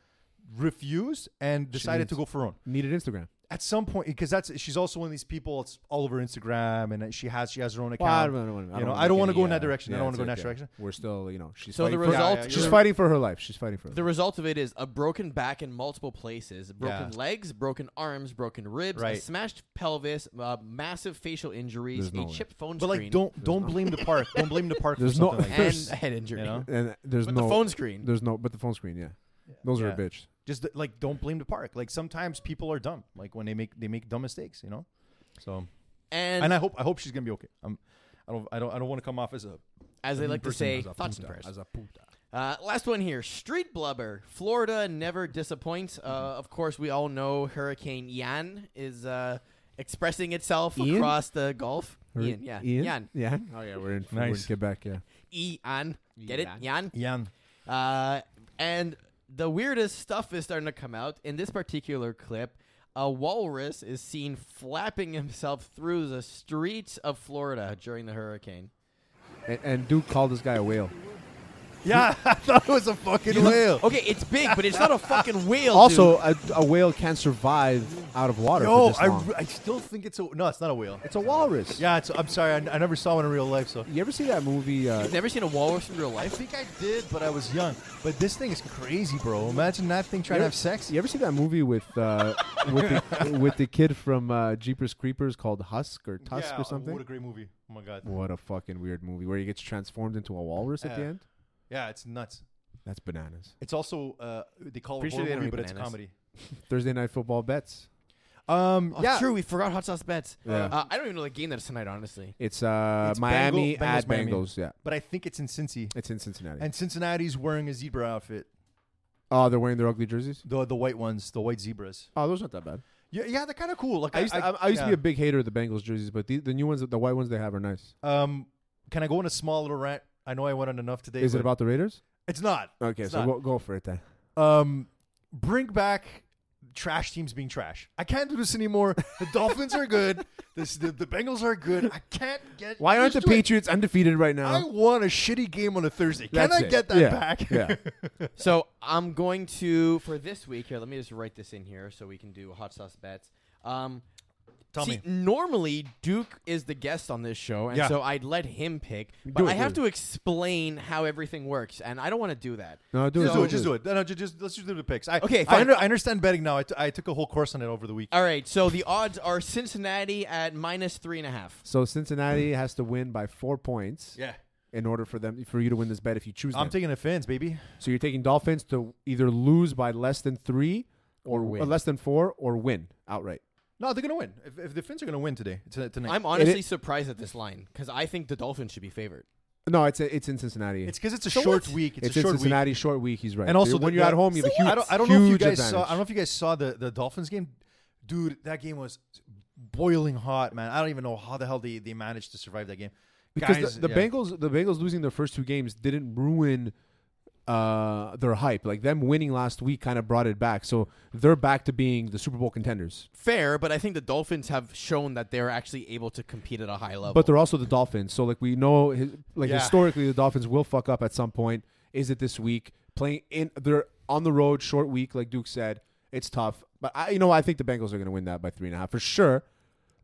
[SPEAKER 1] Refused and decided to go for her own.
[SPEAKER 2] Needed Instagram.
[SPEAKER 1] at some point because that's she's also one of these people. It's all over Instagram, and she has she has her own account.
[SPEAKER 2] Well, I don't, I don't,
[SPEAKER 1] you know, I don't want to go in that
[SPEAKER 2] uh,
[SPEAKER 1] direction. I
[SPEAKER 2] yeah,
[SPEAKER 1] don't want to
[SPEAKER 2] it's
[SPEAKER 1] go in that
[SPEAKER 2] okay.
[SPEAKER 1] direction.
[SPEAKER 2] We're still, you know, she's
[SPEAKER 3] So the
[SPEAKER 2] fighting for-
[SPEAKER 3] result-
[SPEAKER 1] yeah,
[SPEAKER 2] she's
[SPEAKER 1] you're-
[SPEAKER 2] fighting for her life. She's fighting for her.
[SPEAKER 3] The
[SPEAKER 2] life.
[SPEAKER 3] result of it is a broken back in multiple places, broken
[SPEAKER 1] Yeah.
[SPEAKER 3] legs, broken arms, broken ribs, a
[SPEAKER 1] Right.
[SPEAKER 3] smashed pelvis, uh, massive facial injuries,
[SPEAKER 2] There's no
[SPEAKER 3] a
[SPEAKER 2] way.
[SPEAKER 3] chipped phone
[SPEAKER 1] But
[SPEAKER 3] screen,
[SPEAKER 1] like, don't don't blame the park. Don't blame the park.
[SPEAKER 2] There's
[SPEAKER 1] for
[SPEAKER 2] no-
[SPEAKER 1] something like that.
[SPEAKER 3] and
[SPEAKER 2] There's-
[SPEAKER 3] a head injury.
[SPEAKER 1] You know?
[SPEAKER 2] and there's
[SPEAKER 3] But
[SPEAKER 2] no
[SPEAKER 3] the phone screen.
[SPEAKER 2] There's no, but the phone screen. Yeah, those are a
[SPEAKER 1] Yeah.
[SPEAKER 2] bitch.
[SPEAKER 1] Just like don't blame the park. Like sometimes people are dumb. Like when they make they make dumb mistakes. You know. So
[SPEAKER 3] and
[SPEAKER 1] and I hope I hope she's gonna be okay. I'm, I don't I don't I don't want to come off as a
[SPEAKER 3] as they like to
[SPEAKER 1] person
[SPEAKER 3] say,
[SPEAKER 1] as a
[SPEAKER 3] thoughts and
[SPEAKER 1] puta,
[SPEAKER 3] prayers.
[SPEAKER 2] As a puta.
[SPEAKER 3] Uh, last one here. Street blubber. Florida never disappoints. Uh,
[SPEAKER 1] Mm-hmm.
[SPEAKER 3] of course, we all know Hurricane Ian is uh, expressing itself
[SPEAKER 2] Ian?
[SPEAKER 3] across the Gulf. Ian, yeah. Ian.
[SPEAKER 2] yeah. Oh yeah, we're in, we're in
[SPEAKER 1] Nice.
[SPEAKER 2] Quebec. Yeah,
[SPEAKER 3] Ian. Get it? Ian.
[SPEAKER 1] Yan.
[SPEAKER 3] Uh, and the weirdest stuff is starting to come out. In this particular clip, a walrus is seen flapping himself through the streets of Florida during the hurricane.
[SPEAKER 2] and, and Duke called this guy a whale.
[SPEAKER 1] Yeah, I thought it was a fucking whale.
[SPEAKER 3] Okay, it's big, but it's not a fucking whale. dude.
[SPEAKER 2] Also, a, a whale can survive out of water.
[SPEAKER 1] Yo,
[SPEAKER 2] for this
[SPEAKER 1] I,
[SPEAKER 2] long.
[SPEAKER 1] re- I still think it's a no. It's not a whale.
[SPEAKER 2] it's a walrus.
[SPEAKER 1] Yeah, it's, I'm sorry. I, I never saw one in real life. So
[SPEAKER 2] You ever see that movie? Uh,
[SPEAKER 3] I've never seen a walrus in real
[SPEAKER 1] I
[SPEAKER 3] life.
[SPEAKER 1] think I did, but I was young. But this thing is crazy, bro. Imagine that thing trying to have sex.
[SPEAKER 2] You ever see that movie with uh, with, the, with the kid from uh, Jeepers Creepers called Husk or Tusk or something?
[SPEAKER 1] What a great movie. Oh my god.
[SPEAKER 2] What a fucking weird movie where he gets transformed into a walrus at the
[SPEAKER 1] Yeah.
[SPEAKER 2] end.
[SPEAKER 1] Yeah, it's nuts.
[SPEAKER 2] That's bananas.
[SPEAKER 1] It's also uh, they call it
[SPEAKER 3] Pretty sure
[SPEAKER 1] horror
[SPEAKER 3] they don't
[SPEAKER 1] movie,
[SPEAKER 3] make
[SPEAKER 1] but it's
[SPEAKER 3] bananas.
[SPEAKER 1] comedy.
[SPEAKER 2] Thursday night football bets.
[SPEAKER 1] Um,
[SPEAKER 3] Oh,
[SPEAKER 1] yeah.
[SPEAKER 3] true. We forgot hot sauce bets.
[SPEAKER 2] Yeah.
[SPEAKER 3] Uh, I don't even know the game that's tonight, honestly.
[SPEAKER 2] It's uh
[SPEAKER 1] It's
[SPEAKER 2] Miami
[SPEAKER 1] Bengal-
[SPEAKER 2] at
[SPEAKER 1] Bengals, Miami.
[SPEAKER 2] Bengals. Yeah,
[SPEAKER 1] But I think it's in Cincy,
[SPEAKER 2] it's in Cincinnati.
[SPEAKER 1] and Cincinnati's wearing a zebra outfit.
[SPEAKER 2] oh, they're wearing their ugly jerseys.
[SPEAKER 1] The the white ones, the white zebras.
[SPEAKER 2] Oh, those not that bad.
[SPEAKER 1] Yeah, yeah, they're kind of cool. Like
[SPEAKER 2] I used to, I, I used to
[SPEAKER 1] yeah.
[SPEAKER 2] be a big hater of the Bengals jerseys, but the, the new ones, the white ones they have, are nice.
[SPEAKER 1] Um, can I go on a small little rant? I know I went on enough today.
[SPEAKER 2] Is it
[SPEAKER 1] but-
[SPEAKER 2] about the Raiders?
[SPEAKER 1] It's not.
[SPEAKER 2] Okay,
[SPEAKER 1] It's not.
[SPEAKER 2] so go, go for it then.
[SPEAKER 1] Um, bring back trash teams being trash. I can't do this anymore. The Dolphins are good. This the, the Bengals are good. I can't get.
[SPEAKER 2] Why aren't
[SPEAKER 1] used
[SPEAKER 2] the
[SPEAKER 1] to it.
[SPEAKER 2] Patriots undefeated right
[SPEAKER 1] I
[SPEAKER 2] now?
[SPEAKER 1] won a shitty game on a Thursday. Can
[SPEAKER 2] That's
[SPEAKER 1] I
[SPEAKER 2] it.
[SPEAKER 1] get that
[SPEAKER 2] Yeah.
[SPEAKER 1] back?
[SPEAKER 2] Yeah.
[SPEAKER 3] So I'm going to for this week here. Let me just write this in here so we can do hot sauce bets. Um,
[SPEAKER 1] Tell
[SPEAKER 3] see,
[SPEAKER 1] me.
[SPEAKER 3] normally Duke is the guest on this show, and
[SPEAKER 1] Yeah.
[SPEAKER 3] so I'd let him pick. But
[SPEAKER 2] it,
[SPEAKER 3] I
[SPEAKER 2] do
[SPEAKER 3] have
[SPEAKER 2] it.
[SPEAKER 3] to explain how everything works, and I don't want to do that.
[SPEAKER 2] No, do
[SPEAKER 1] Just
[SPEAKER 2] it.
[SPEAKER 1] do it. Just do it. No, no, ju- just, let's just do the picks. I,
[SPEAKER 3] Okay,
[SPEAKER 1] I,
[SPEAKER 3] fine.
[SPEAKER 1] under, I understand betting now. I, t- I took a whole course on it over the week.
[SPEAKER 3] All right. So the odds are Cincinnati at minus three and a half.
[SPEAKER 2] So Cincinnati has to win by four points
[SPEAKER 1] Yeah.
[SPEAKER 2] in order for them for you to win this bet if you choose.
[SPEAKER 1] I'm
[SPEAKER 2] them.
[SPEAKER 1] taking the fins, baby.
[SPEAKER 2] so you're taking Dolphins to either lose by less than three or,
[SPEAKER 3] Or
[SPEAKER 2] win.
[SPEAKER 3] win.
[SPEAKER 2] less than four or win outright.
[SPEAKER 1] No, they're gonna win. If, if the Finns are gonna win today, t- tonight,
[SPEAKER 3] I'm honestly surprised at this line because I think the Dolphins should be favored.
[SPEAKER 2] No, it's a, it's in Cincinnati.
[SPEAKER 1] it's because it's a
[SPEAKER 3] So
[SPEAKER 1] short
[SPEAKER 3] what?
[SPEAKER 1] week. It's,
[SPEAKER 2] It's
[SPEAKER 1] a
[SPEAKER 2] in
[SPEAKER 1] short week.
[SPEAKER 2] Cincinnati short week. He's right.
[SPEAKER 1] And also,
[SPEAKER 2] Dude, when
[SPEAKER 1] the-
[SPEAKER 2] you're at
[SPEAKER 1] the-
[SPEAKER 2] home, you have a huge.
[SPEAKER 1] I don't, I don't know if you
[SPEAKER 2] huge
[SPEAKER 1] guys saw.
[SPEAKER 2] advantage.
[SPEAKER 1] I don't know if you guys saw the the Dolphins game, dude. That game was boiling hot, man. I don't even know how the hell they, they managed to survive that game.
[SPEAKER 2] because
[SPEAKER 1] Guys,
[SPEAKER 2] the, the
[SPEAKER 1] yeah.
[SPEAKER 2] Bengals, the Bengals losing their first two games didn't ruin uh, their hype. Like them winning last week kind of brought it back. So they're back to being the Super Bowl contenders.
[SPEAKER 3] Fair, but I think the Dolphins have shown that they're actually able to compete at a high level.
[SPEAKER 2] But they're also the Dolphins. So like we know, his, like
[SPEAKER 1] Yeah.
[SPEAKER 2] historically, the Dolphins will fuck up at some point. Is it this week? Playing in, they're on the road, short week, like Duke said. It's tough, but I, you know, I think the Bengals are going to win that by three and a half for sure.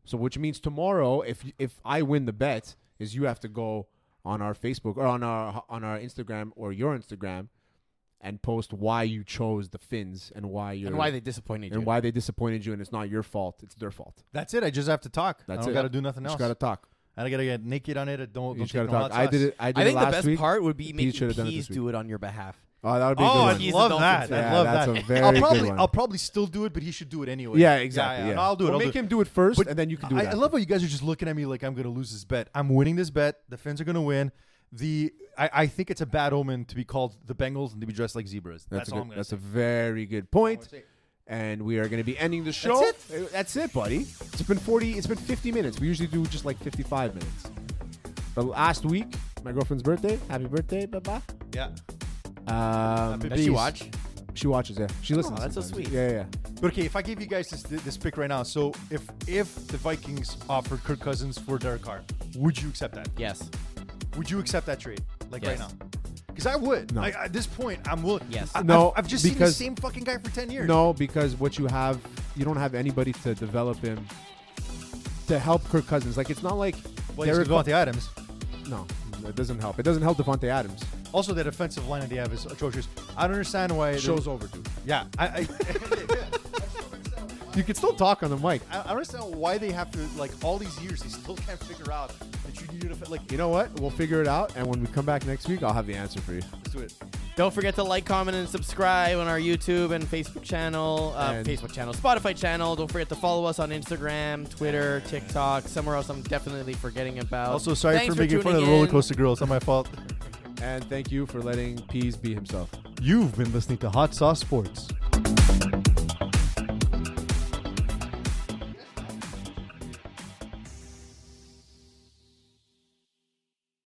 [SPEAKER 2] So which means tomorrow, if if I win the bet, is you have to go on our Facebook or on our on our Instagram or your Instagram, and post why you chose the Finns and why you're
[SPEAKER 3] and why they disappointed you?
[SPEAKER 2] and why they disappointed you, and it's not your fault, it's their fault.
[SPEAKER 1] That's it. I just have to talk.
[SPEAKER 2] That's
[SPEAKER 1] I don't
[SPEAKER 2] it.
[SPEAKER 1] got to do nothing
[SPEAKER 2] You
[SPEAKER 1] else.
[SPEAKER 2] just gotta talk.
[SPEAKER 1] I gotta get naked on it. I don't. don't
[SPEAKER 2] You just gotta
[SPEAKER 1] take no
[SPEAKER 2] talk.
[SPEAKER 1] hot
[SPEAKER 2] I did
[SPEAKER 1] sauce.
[SPEAKER 2] it. I did
[SPEAKER 3] I
[SPEAKER 2] it
[SPEAKER 3] think the
[SPEAKER 2] last
[SPEAKER 3] best
[SPEAKER 2] week.
[SPEAKER 3] part would be
[SPEAKER 2] You
[SPEAKER 3] making
[SPEAKER 2] should've done it this
[SPEAKER 3] Pease
[SPEAKER 2] week.
[SPEAKER 3] do it on your behalf.
[SPEAKER 2] Oh, that would be a good
[SPEAKER 1] Oh,
[SPEAKER 2] one.
[SPEAKER 1] I
[SPEAKER 3] He's the
[SPEAKER 1] love that.
[SPEAKER 3] Dolphins fan.
[SPEAKER 1] I
[SPEAKER 2] Yeah,
[SPEAKER 1] love
[SPEAKER 2] that's
[SPEAKER 1] that.
[SPEAKER 2] a very
[SPEAKER 1] I'll
[SPEAKER 2] good
[SPEAKER 1] probably,
[SPEAKER 2] one.
[SPEAKER 1] I'll probably still do it, but he should do it anyway.
[SPEAKER 2] Yeah, exactly. Yeah,
[SPEAKER 1] No, I'll do it.
[SPEAKER 2] Or
[SPEAKER 1] I'll
[SPEAKER 2] make
[SPEAKER 1] do it.
[SPEAKER 2] him do it first,
[SPEAKER 1] But
[SPEAKER 2] and then you can do
[SPEAKER 1] I,
[SPEAKER 2] that.
[SPEAKER 1] I love how you guys are just looking at me like I'm going to lose this bet. I'm winning this bet. The Finns are going to win. The I, I think it's a bad omen to be called the Bengals and to be dressed like zebras. That's,
[SPEAKER 2] a
[SPEAKER 1] all
[SPEAKER 2] good,
[SPEAKER 1] I'm going to
[SPEAKER 2] That's
[SPEAKER 1] say.
[SPEAKER 2] a very good point.
[SPEAKER 1] gonna say.
[SPEAKER 2] And we are going to be ending the show.
[SPEAKER 1] That's
[SPEAKER 2] it. That's it, buddy. It's been forty. It's been fifty minutes. We usually do just like fifty-five minutes. But last week, my girlfriend's birthday. Happy birthday, Baba.
[SPEAKER 1] yeah.
[SPEAKER 2] Um,
[SPEAKER 1] Happy
[SPEAKER 3] Does she
[SPEAKER 1] Peace.
[SPEAKER 3] watch?
[SPEAKER 2] She watches. Yeah, she listens.
[SPEAKER 3] that's so
[SPEAKER 2] sometimes.
[SPEAKER 3] sweet.
[SPEAKER 2] Yeah, yeah.
[SPEAKER 1] But okay, if I gave you guys this this pick right now, so if if the Vikings offered Kirk Cousins for Derek Carr, would you accept that?
[SPEAKER 3] Yes.
[SPEAKER 1] Would you accept that trade like
[SPEAKER 3] Yes.
[SPEAKER 1] right now? Because I would.
[SPEAKER 2] No.
[SPEAKER 1] I, at this point, I'm willing.
[SPEAKER 3] Yes.
[SPEAKER 1] I,
[SPEAKER 2] No,
[SPEAKER 1] I've, I've just
[SPEAKER 2] because-
[SPEAKER 1] seen the same fucking guy for ten years.
[SPEAKER 2] No, because what you have you don't have anybody to develop him to help Kirk Cousins. Like it's not like
[SPEAKER 1] Well,
[SPEAKER 2] Derek
[SPEAKER 1] Derek Devontae Adams.
[SPEAKER 2] No, it doesn't help. It doesn't help Devontae Adams.
[SPEAKER 1] Also, that offensive line that they have is atrocious. I don't understand why. they-
[SPEAKER 2] Show's over, dude.
[SPEAKER 1] Yeah, I, I,
[SPEAKER 2] You can still talk on the mic.
[SPEAKER 1] I don't understand why they have to like all these years. They still can't figure out that you need an off- like.
[SPEAKER 2] You know what? We'll figure it out, and when we come back next week, I'll have the answer for you.
[SPEAKER 1] Let's do it.
[SPEAKER 3] Don't forget to like, comment, and subscribe on our YouTube and Facebook channel, uh,
[SPEAKER 2] And-
[SPEAKER 3] Facebook channel, Spotify channel. Don't forget to follow us on Instagram, Twitter, TikTok, somewhere else I'm definitely forgetting about.
[SPEAKER 1] Also, sorry
[SPEAKER 3] Thanks
[SPEAKER 1] for making fun of the
[SPEAKER 3] tuning
[SPEAKER 1] roller
[SPEAKER 3] in.
[SPEAKER 1] coaster girl. It's not my fault.
[SPEAKER 2] And thank you for letting Pease be himself.
[SPEAKER 1] You've been listening to Hot Sauce Sports.